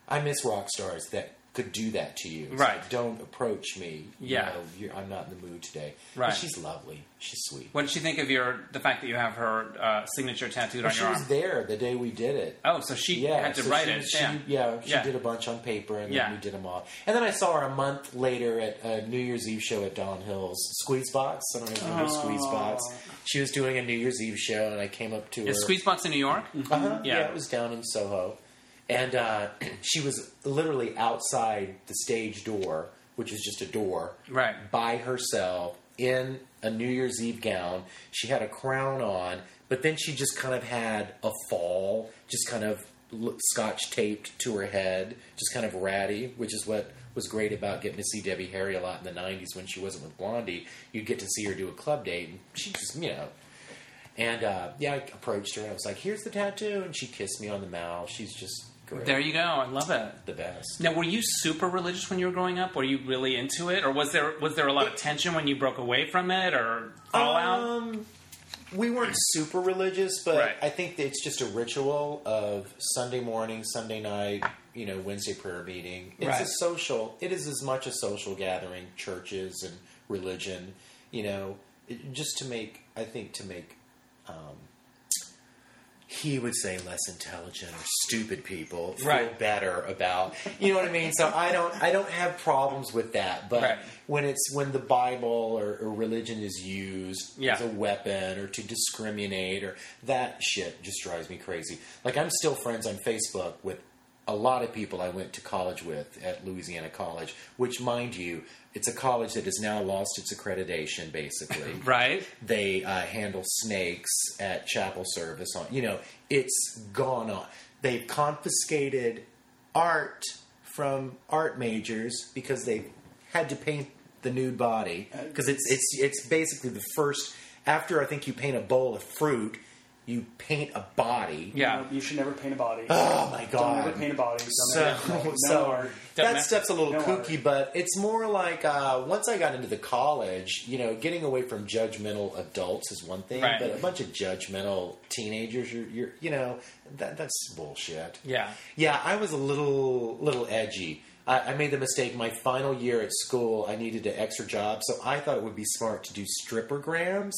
B: I miss rock stars that could do that to you. It's
F: Right.
B: like, Don't approach me. You
F: Yeah.
B: know, you're, I'm not in the mood today.
F: Right.
B: But she's lovely. She's sweet.
F: What did you think of your the fact that you have her uh, signature tattooed on
B: Oh, she
F: your
B: was
F: arm?
B: there the day we did it.
F: Oh, so she
B: Yeah,
F: had to
B: so
F: write
B: she,
F: it.
B: She,
F: yeah.
B: she
F: Yeah.
B: did a bunch on paper, and then
F: Yeah.
B: we did them all. And then I saw her a month later at a New Year's Eve show at Don Hill's Squeeze Box. I don't know if you remember
F: Oh.
B: Squeeze Box. She was doing a New Year's Eve show, and I came up to her.
F: Is Squeezebox in New York?
B: Uh-huh.
F: Yeah.
B: Yeah. it was down in Soho, and uh, she was literally outside the stage door, which is just a door,
F: Right.
B: By herself in a New Year's Eve gown. She had a crown on, but then she just kind of had a fall, just kind of l- scotch taped to her head, just kind of ratty, which is what. Was great about getting to see Debbie Harry a lot in the '90s when she wasn't with Blondie. You'd get to see her do a club date, and she just, you know, and uh, yeah, I approached her and I was like, "Here's the tattoo," and she kissed me on the mouth. She's just great,
F: There you go. I love it.
B: the best.
F: Now, were you super religious when you were growing up? Were you really into it, or was there was there a lot of tension when you broke away from it, or fallout?
B: Um, we weren't super religious, but
F: Right.
B: I think that it's just a ritual of Sunday morning, Sunday night, you know, Wednesday prayer meeting. It's a
F: Right.
B: social. It is as much a social gathering, churches and religion. You know, it, just to make I think to make. Um, he would say less intelligent or stupid people feel
F: Right.
B: better about you know what I mean. So I don't I don't have problems with that, but
F: Right.
B: when it's when the Bible or, or religion is used
F: Yeah.
B: as a weapon or to discriminate or that shit just drives me crazy. Like I'm still friends on Facebook with a lot of people I went to college with at Louisiana College, which mind you, it's a college that has now lost its accreditation basically.
F: right.
B: They uh, handle snakes at chapel service on you know, it's gone on. They've confiscated art from art majors because they had to paint the nude body
C: Uh,
B: because it's it's it's basically the first after I think you paint a bowl of fruit, you paint a body.
F: Yeah.
C: You should never paint a body.
B: Oh my
C: Don't
B: god.
C: ever paint a body. Don't
B: So,
C: ever, no,
B: so
C: no art.
B: that
F: matter.
B: stuff's a little
C: No art.
B: kooky, but it's more like uh, once I got into the college, you know, getting away from judgmental adults is one thing,
F: Right.
B: but a bunch of judgmental teenagers, you're, you're you know, that, that's bullshit.
F: Yeah.
B: Yeah, I was a little little edgy. I, I made the mistake my final year at school. I needed an extra job, so I thought it would be smart to do strippergrams.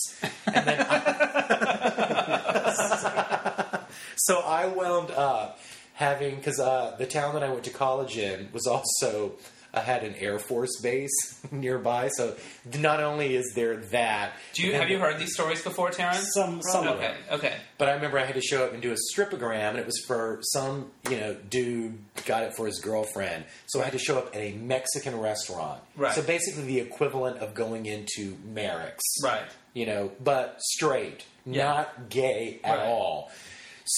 B: And then I- so I wound up having because uh, the town that I went to college in was also. uh had an Air Force base nearby, so not only is there that.
F: Do you
B: but then-
F: have you heard these stories before, Terrence?
C: Some, some of
F: Okay.
C: it.
F: Okay.
B: but I remember I had to show up and do a stripogram, and it was for some, you know, dude got it for his girlfriend. So I had to show up at a Mexican restaurant.
F: Right.
B: So basically the equivalent of going into Merrick's.
F: Right.
B: You know, but straight,
F: Yeah.
B: not gay at
F: Right.
B: all.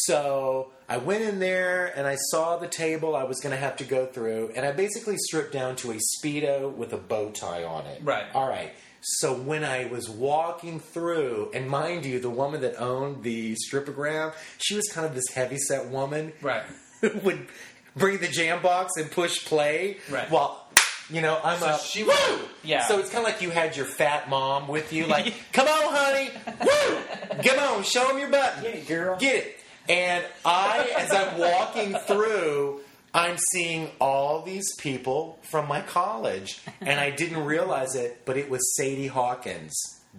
B: So I went in there and I saw the table I was going to have to go through, and I basically stripped down to a Speedo with a bow tie on it.
F: Right.
B: All right. So when I was walking through, and mind you, the woman that owned the stripogram, she was kind of this heavyset woman
F: Right.
B: who would bring the jam box and push play
F: Right.
B: while you know I'm up.
F: she
B: Woo!
F: was- yeah.
B: So it's kind of like you had your fat mom with you, like, come on, honey, woo, come on, show them your button,
C: Get it, girl.
B: get it. And I, as I'm walking through, I'm seeing all these people from my college, and I didn't realize it, but it was Sadie Hawkins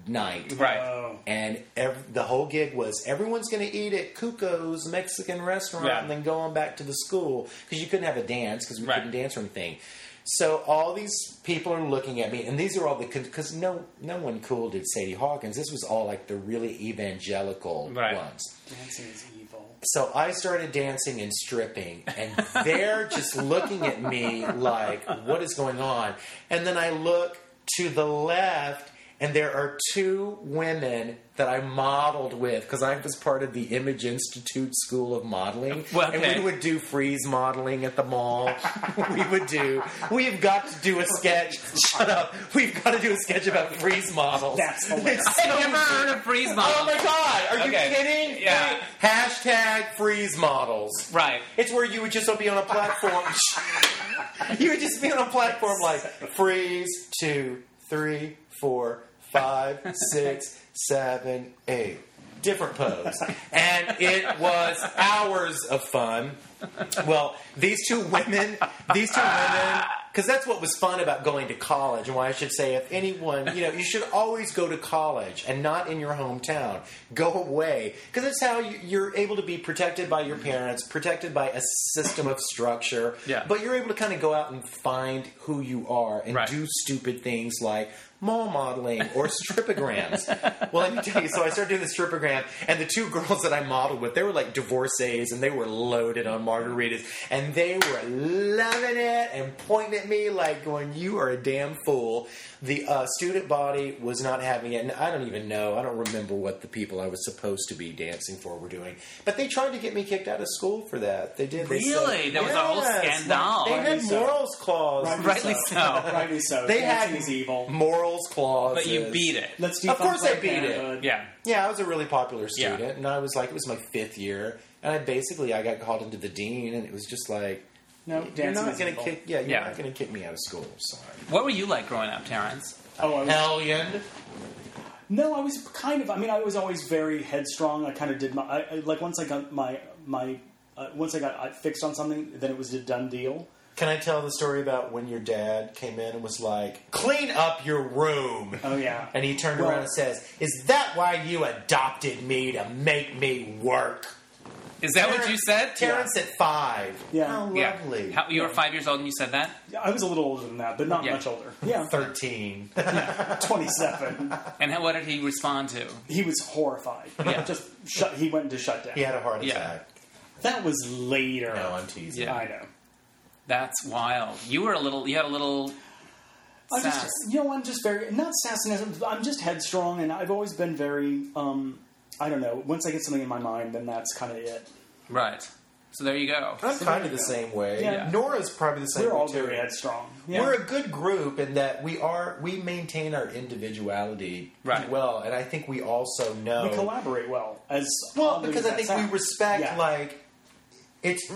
B: night.
F: Right.
C: Oh.
B: And ev- the whole gig was everyone's going to eat at Cuco's Mexican restaurant
F: Yeah.
B: and then go on back to the school because you couldn't have a dance because we
F: Right.
B: couldn't dance or anything. So all these people are looking at me, and these are all the because no no one cool did Sadie Hawkins. This was all like the really evangelical
F: Right.
B: ones.
C: Dancing is evil.
B: So I started dancing and stripping, and they're just looking at me like, what is going on? And then I look to the left, and there are two women that I modeled with because I was part of the Image Institute School of Modeling.
F: Well, okay.
B: And we would do freeze modeling at the mall. we would do, we've got to do a sketch. Shut up. We've got to do a sketch about freeze models.
C: That's hilarious.
B: It's so
F: I've never heard of freeze mom.
B: Oh my god, are
F: Okay.
B: you kidding?
F: Yeah.
B: Hashtag freeze models.
F: Right.
B: It's where you would just be on a platform. you would just be on a platform like freeze two, three, four, five, six, seven, eight. different pose. and it was hours of fun. Well, these two women, these two women, because that's what was fun about going to college, and why I should say, if anyone, you know, you should always go to college and not in your hometown. Go away, because that's how you- you're able to be protected by your parents, protected by a system of structure.
F: Yeah.
B: But you're able to kind of go out and find who you are and
F: Right.
B: do stupid things like mall modeling or strippograms. well, let me tell you. So I started doing the stripogram, and the two girls that I modeled with, they were like divorcees, and they were loaded on margaritas, and they were loving it and pointing at me like, "Going, you are a damn fool." The uh, student body was not having it, and I don't even know. I don't remember what the people I was supposed to be dancing for were doing, but they tried to get me kicked out of school for that. They did. They said-
F: Really? There was a whole scandal.
B: They had
C: Rightly so.
B: morals clause.
C: Rightly
F: Rightly so.
C: Rightly so.
B: They
C: Dancing
B: had
C: is evil.
B: morals clause.
F: But you beat it.
C: Let's
B: Of course
C: defund
B: I beat it.
C: Planned
F: Yeah.
B: Yeah, I was a really popular
F: Yeah.
B: student, and I was like, it was my fifth year, and I basically I got called into the dean, and it was just like,
C: No,
B: you're
C: dancing
B: not
C: is
B: gonna
C: evil.
B: kick, yeah, you're
F: Yeah.
B: not gonna kick me out of school. Sorry,
F: What were you like growing up, Terrence?
C: Oh, I was
B: hellion.
C: No, I was kind of. I mean, I was always very headstrong. I kind of did my I, I- like once I got my my uh, once I got uh, fixed on something, then it was a done deal.
B: Can I tell the story about when your dad came in and was like, clean up your room?
C: Oh yeah,
B: And he turned
C: Well-
B: around and says, "Is that why you adopted me to make me work?"
F: Is that what you said?
B: Terrence at five.
C: Yeah.
B: how
F: Yeah.
B: lovely.
F: How, you were five years old and you said that?
C: Yeah, I was a little older than that, but not
F: Yeah.
C: much older. Yeah,
B: Thirteen.
C: twenty seven.
F: And how, what did he respond to?
C: he was horrified.
F: Yeah.
C: just shut. He went into shutdown.
B: He had a heart
F: Yeah.
B: attack.
C: that was later.
B: No, I'm teasing.
F: Yeah.
C: I know.
F: That's wild. You were a little, you had a little
C: I'm
F: sass.
C: just, you know, I'm just very not sassiness. I'm just headstrong, and I've always been very. um I don't know. Once I get something in my mind, then that's kind of it.
F: Right. So there you go.
B: I'm kind of the
C: Yeah.
B: same way.
C: Yeah.
B: Nora's probably the same.
C: We're
B: way
C: all
B: too.
C: very headstrong.
B: We're a good group in that we are we maintain our individuality
F: Right.
B: well, and I think we also know
C: we collaborate well as
B: well
C: oddly as
B: because I
C: that
B: think
C: sounds.
B: we respect
C: Yeah.
B: like it's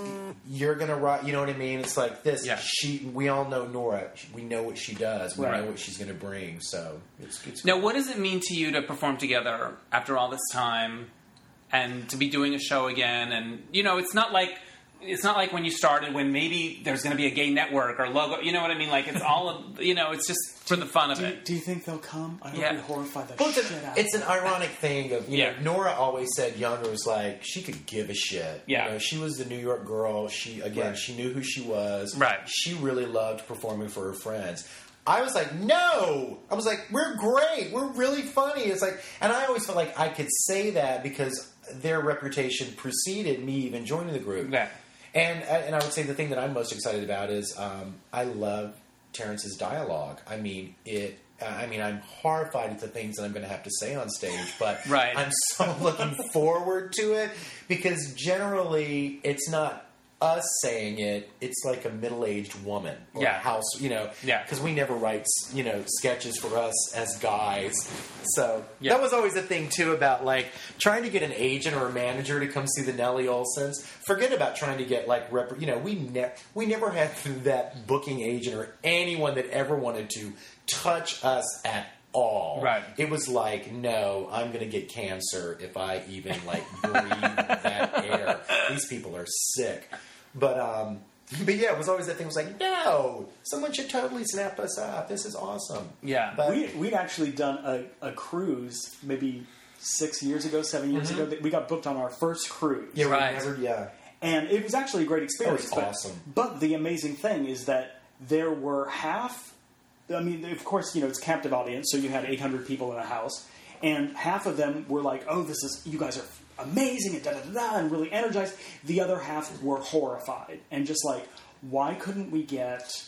B: you're gonna rock. You know what I mean? It's like this.
F: Yeah.
B: She we all know Nora. We know what she does. We
C: Right.
B: know what she's gonna bring. So it's, it's
F: Now, what does it mean to you to perform together after all this time, and to be doing a show again? And you know, it's not like it's not like when you started, when maybe there's going to be a gay network or logo. You know what I mean? Like it's all of, you know, it's just for the fun of
C: Do you,
F: it.
C: do you think they'll come? I hope
F: Yeah.
C: we horrify the
B: Well, it's,
C: shit
B: a-
C: out.
B: it's an ironic thing of you
F: Yeah.
B: know Nora always said Yonder was like she could give a shit.
F: Yeah.
B: you know, she was the New York girl. She again,
F: Right.
B: she knew who she was.
F: Right.
B: she really loved performing for her friends. I was like, no. I was like, we're great. We're really funny. It's like, and I always felt like I could say that because their reputation preceded me even joining the group.
F: Yeah.
B: And uh, and I would say the thing that I'm most excited about is um, I love Terrence's dialogue. I mean it. uh, I mean I'm horrified at the things that I'm going to have to say on stage, but
F: Right.
B: I'm so looking forward to it because generally it's not us saying it; it's like a middle-aged woman or
F: Yeah.
B: a house, you know.
F: Yeah.
B: Because we never write s- you know sketches for us as guys, so
F: Yeah.
B: that was always a thing too about like trying to get an agent or a manager to come see the Nellie Olsons. Forget about trying to get like rep. You know, we ne- we never had that booking agent or anyone that ever wanted to touch us at all.
F: Right.
B: It was like, no, I'm going to get cancer if I even like breathe that air. These people are sick. But um, but yeah, it was always that thing. It was like, no, someone should totally snap us up. This is awesome.
F: Yeah.
B: But
C: we, we'd actually done a, a cruise maybe six years ago, seven years
B: Mm-hmm.
C: ago. That we got booked on our first cruise.
B: yeah, we
F: Right.
B: never, yeah.
C: And it was actually a great experience.
B: That was
C: but,
B: awesome.
C: But the amazing thing is that there were half. I mean, of course, you know it's captive audience, so you had 800 people in a house, and half of them were like, "Oh, this is you guys are amazing," and da da da, da and really energized. The other half were horrified and just like, "Why couldn't we get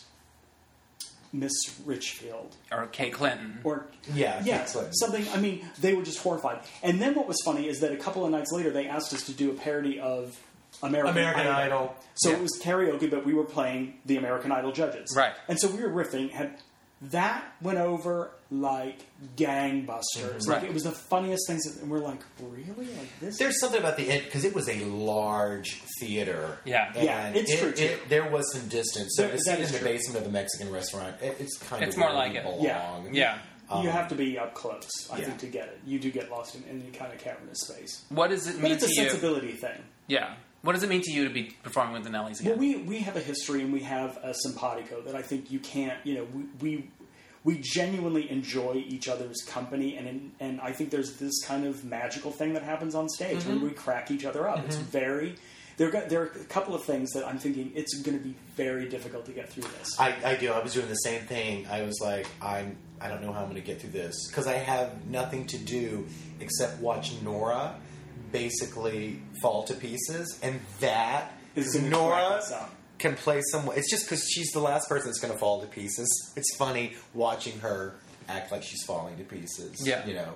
C: Miss Richfield?"
F: Or Kate Clinton.
C: or
B: Yeah,
C: yeah,
B: excellent.
C: something. I mean, they were just horrified. And then what was funny is that a couple of nights later, they asked us to do a parody of American,
B: American Idol.
C: So
F: Yeah.
C: it was karaoke, but we were playing the American Idol judges,
F: Right.
C: And so we were riffing, and that went over like gangbusters. Like
F: Right.
C: it was the funniest things, that, and we're like, really, like this?
B: There's something about the end because it was a large theater.
F: Yeah.
C: Yeah,
B: And
C: it's
B: it-
C: true, too.
B: it- there was some distance. So
C: There-
B: it's
C: that
B: in
C: is
B: the
C: true.
B: basement of the Mexican restaurant. It, it's kind
F: It's
B: of
F: more
B: where
F: like
B: we
F: it.
B: belong.
C: Yeah.
F: yeah.
C: you have to be up close, I think, to get it. You do get lost in, in any kind of cavernous space.
A: What does it
C: But
A: mean
C: it's a
A: to you?
C: sensibility thing.
A: Yeah. What does it mean to you to be performing with the Nellies again?
C: Well, we we have a history and we have a simpatico that I think you can't. You know, we we, we genuinely enjoy each other's company, and in, and I think there's this kind of magical thing that happens on stage when we crack each other up. It's very. There, got, there are a couple of things that I'm thinking it's going to be very difficult to get through this.
B: I, I do. I was doing the same thing. I was like, I'm. I don't know how I'm going to get through this because I have nothing to do except watch Nora basically fall to pieces, and that
C: It's
B: is
C: gonna crack
B: Nora
C: us up.
B: can play some. It's just because she's the last person that's going to fall to pieces. It's funny watching her act like she's falling to pieces.
A: Yeah.
B: you know.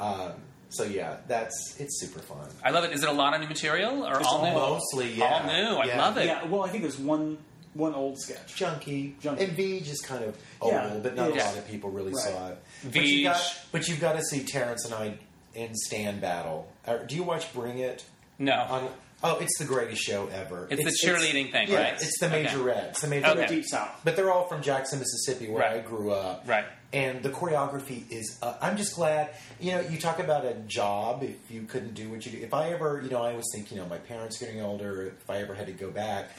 B: Um, so yeah, that's it's super fun.
A: I love it. Is it a lot of new material or all new?
B: Mostly, yeah,
A: All new. I
B: Yeah.
A: love it.
C: yeah, well, I think there's one one old sketch.
B: junky.
C: Junkie.
B: And Veej is kind of old,
C: Yeah,
B: but not
C: yeah.
B: a lot of people really
C: Right.
B: saw it. But
A: Veej.
B: you got, but you've got to see Terrence and I in stand battle. Uh, Do you watch Bring It?
A: No.
B: On oh, it's the greatest show ever.
A: It's the cheerleading thing,
B: yeah,
A: right?
B: It's the
A: Okay.
B: majorettes. The
C: The
A: Okay.
B: majorettes.
C: Deep South.
B: But they're all from Jackson, Mississippi, where
A: Right.
B: I grew up.
A: Right.
B: And the choreography is. Uh, I'm just glad. You know, you talk about a job. If you couldn't do what you do, if I ever, you know, I always think, you know, my parents getting older. If I ever had to go back,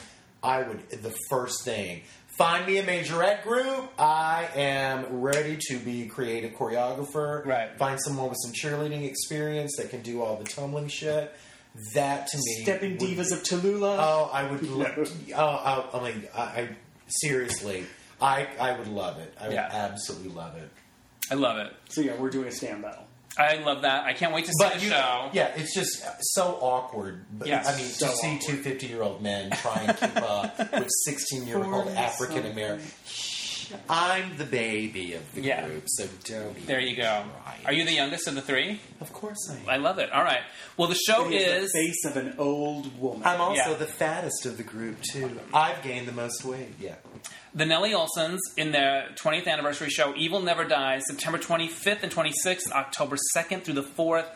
B: I would. The first thing, find me a majorette group. I am ready to be creative choreographer.
A: Right.
B: Find someone with some cheerleading experience that can do all the tumbling shit. That to me,
C: Stepping
B: would
C: Divas of Tallulah.
B: Oh, I would. Lo-
C: No.
B: oh, oh, I mean, I, I seriously, I I would love it. I would
A: Yeah.
B: absolutely love it.
A: I love it.
C: so yeah, we're doing a stand battle.
A: I love that. I can't wait to see
B: But
A: the
B: you,
A: show.
B: yeah, it's just so awkward. But
A: Yeah,
B: I mean,
C: so
B: to see
C: awkward.
B: two 50 year old men try and keep up with 16 year old
C: Forty
B: African American. I'm the baby of the
A: Yeah.
B: group, so don't. even
A: There you go.
B: try.
A: Are you the youngest of the three?
B: Of course I
A: I
B: am.
A: love it. All right. Well, the show
C: It is
A: is
C: the face of an old woman.
B: I'm also
A: Yeah.
B: the fattest of the group too. I've gained the most weight. Yeah.
A: the Nellie Olsons in their 20th anniversary show, Evil Never Dies, September 25th and 26th, October 2nd through the 4th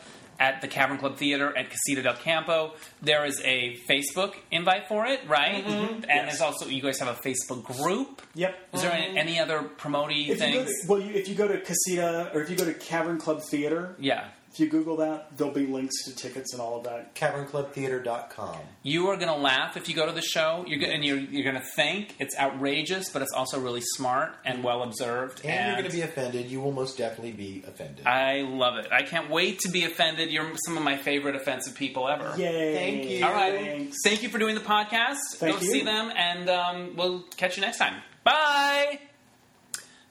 A: at the Cavern Club Theater at Casita del Campo. There is a Facebook invite for it, right?
C: Mm-hmm.
A: And there's also, you guys have a Facebook group.
C: Yep.
A: Is there any, any other promotey
C: Mm-hmm. If you go
A: things?
C: to, well, you, if you go to Casita or if you go to Cavern Club Theater,
A: yeah.
C: if you Google that, there'll be links to tickets and all of that.
B: CavernClubTheater.com.
A: You are going to laugh if you go to the show. You're gonna, and you're, you're going to think it's outrageous, but it's also really smart and well observed.
B: And, you're going to be offended. You will most definitely be offended.
A: I love it. I can't wait to be offended. You're some of my favorite offensive people ever.
C: Yay!
B: Thank you.
A: All right.
C: Thanks.
A: Thank you for doing the podcast.
C: Thank
A: Go
C: you.
A: see them, and um, we'll catch you next time. Bye.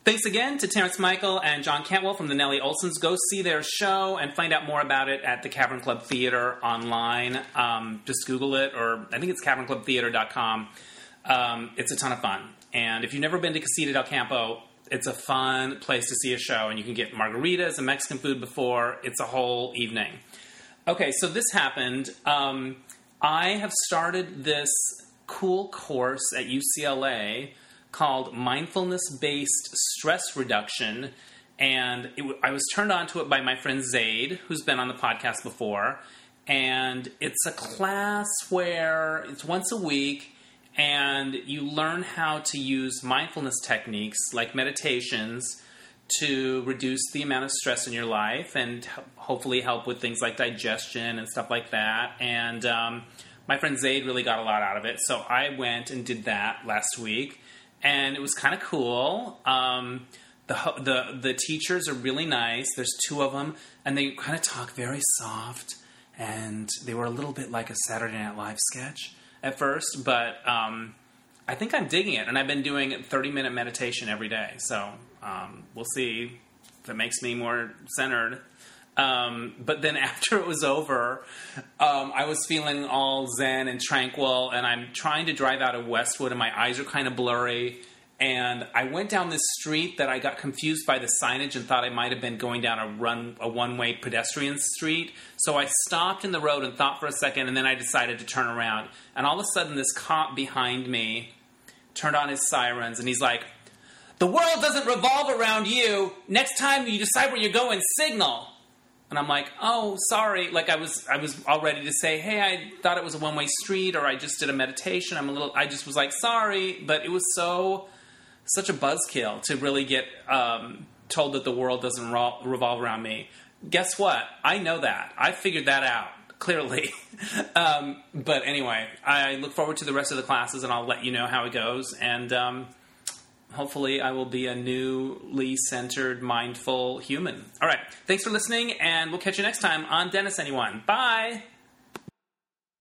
A: Thanks again to Terrence Michael and John Cantwell from the Nellie Olsons. Go see their show and find out more about it at the Cavern Club Theater online. Um, just Google it, or I think it's cavernclubtheater.com. Um, it's a ton of fun. And if you've never been to Casita del Campo, it's a fun place to see a show, and you can get margaritas and Mexican food before. It's a whole evening. Okay, so this happened. Um, I have started this cool course at UCLA called Mindfulness Based Stress Reduction. And it, w- I was turned on to it by my friend Zaid, who's been on the podcast before. And it's a class where it's once a week, and you learn how to use mindfulness techniques like meditations to reduce the amount of stress in your life and ho- hopefully help with things like digestion and stuff like that. And um, my friend Zaid really got a lot out of it. So I went and did that last week, and it was kind of cool. Um, the, ho- the, the teachers are really nice. There's two of them, and they kind of talk very soft, and they were a little bit like a Saturday Night Live sketch at first, but. Um, I think I'm digging it, and I've been doing 30 minute meditation every day. So um, we'll see if it makes me more centered. Um, but then after it was over, um, I was feeling all zen and tranquil, and I'm trying to drive out of Westwood, and my eyes are kind of blurry. And I went down this street that I got confused by the signage and thought I might have been going down a run a one way pedestrian street. So I stopped in the road and thought for a second, and then I decided to turn around. And all of a sudden, this cop behind me turned on his sirens and he's like, The world doesn't revolve around you. Next time you decide where you're going, signal. And I'm like, oh, sorry. Like I was, I was all ready to say, hey, I thought it was a one way street, or I just did a meditation. I'm a little, I just was like, sorry, but it was so, such a buzzkill to really get um, told that the world doesn't ro- revolve around me. Guess what? I know that. I figured that out clearly. um, but anyway, I look forward to the rest of the classes, and I'll let you know how it goes. And um, hopefully, I will be a newly centered, mindful human. All right. Thanks for listening, and we'll catch you next time on Dennis Anyone. Bye.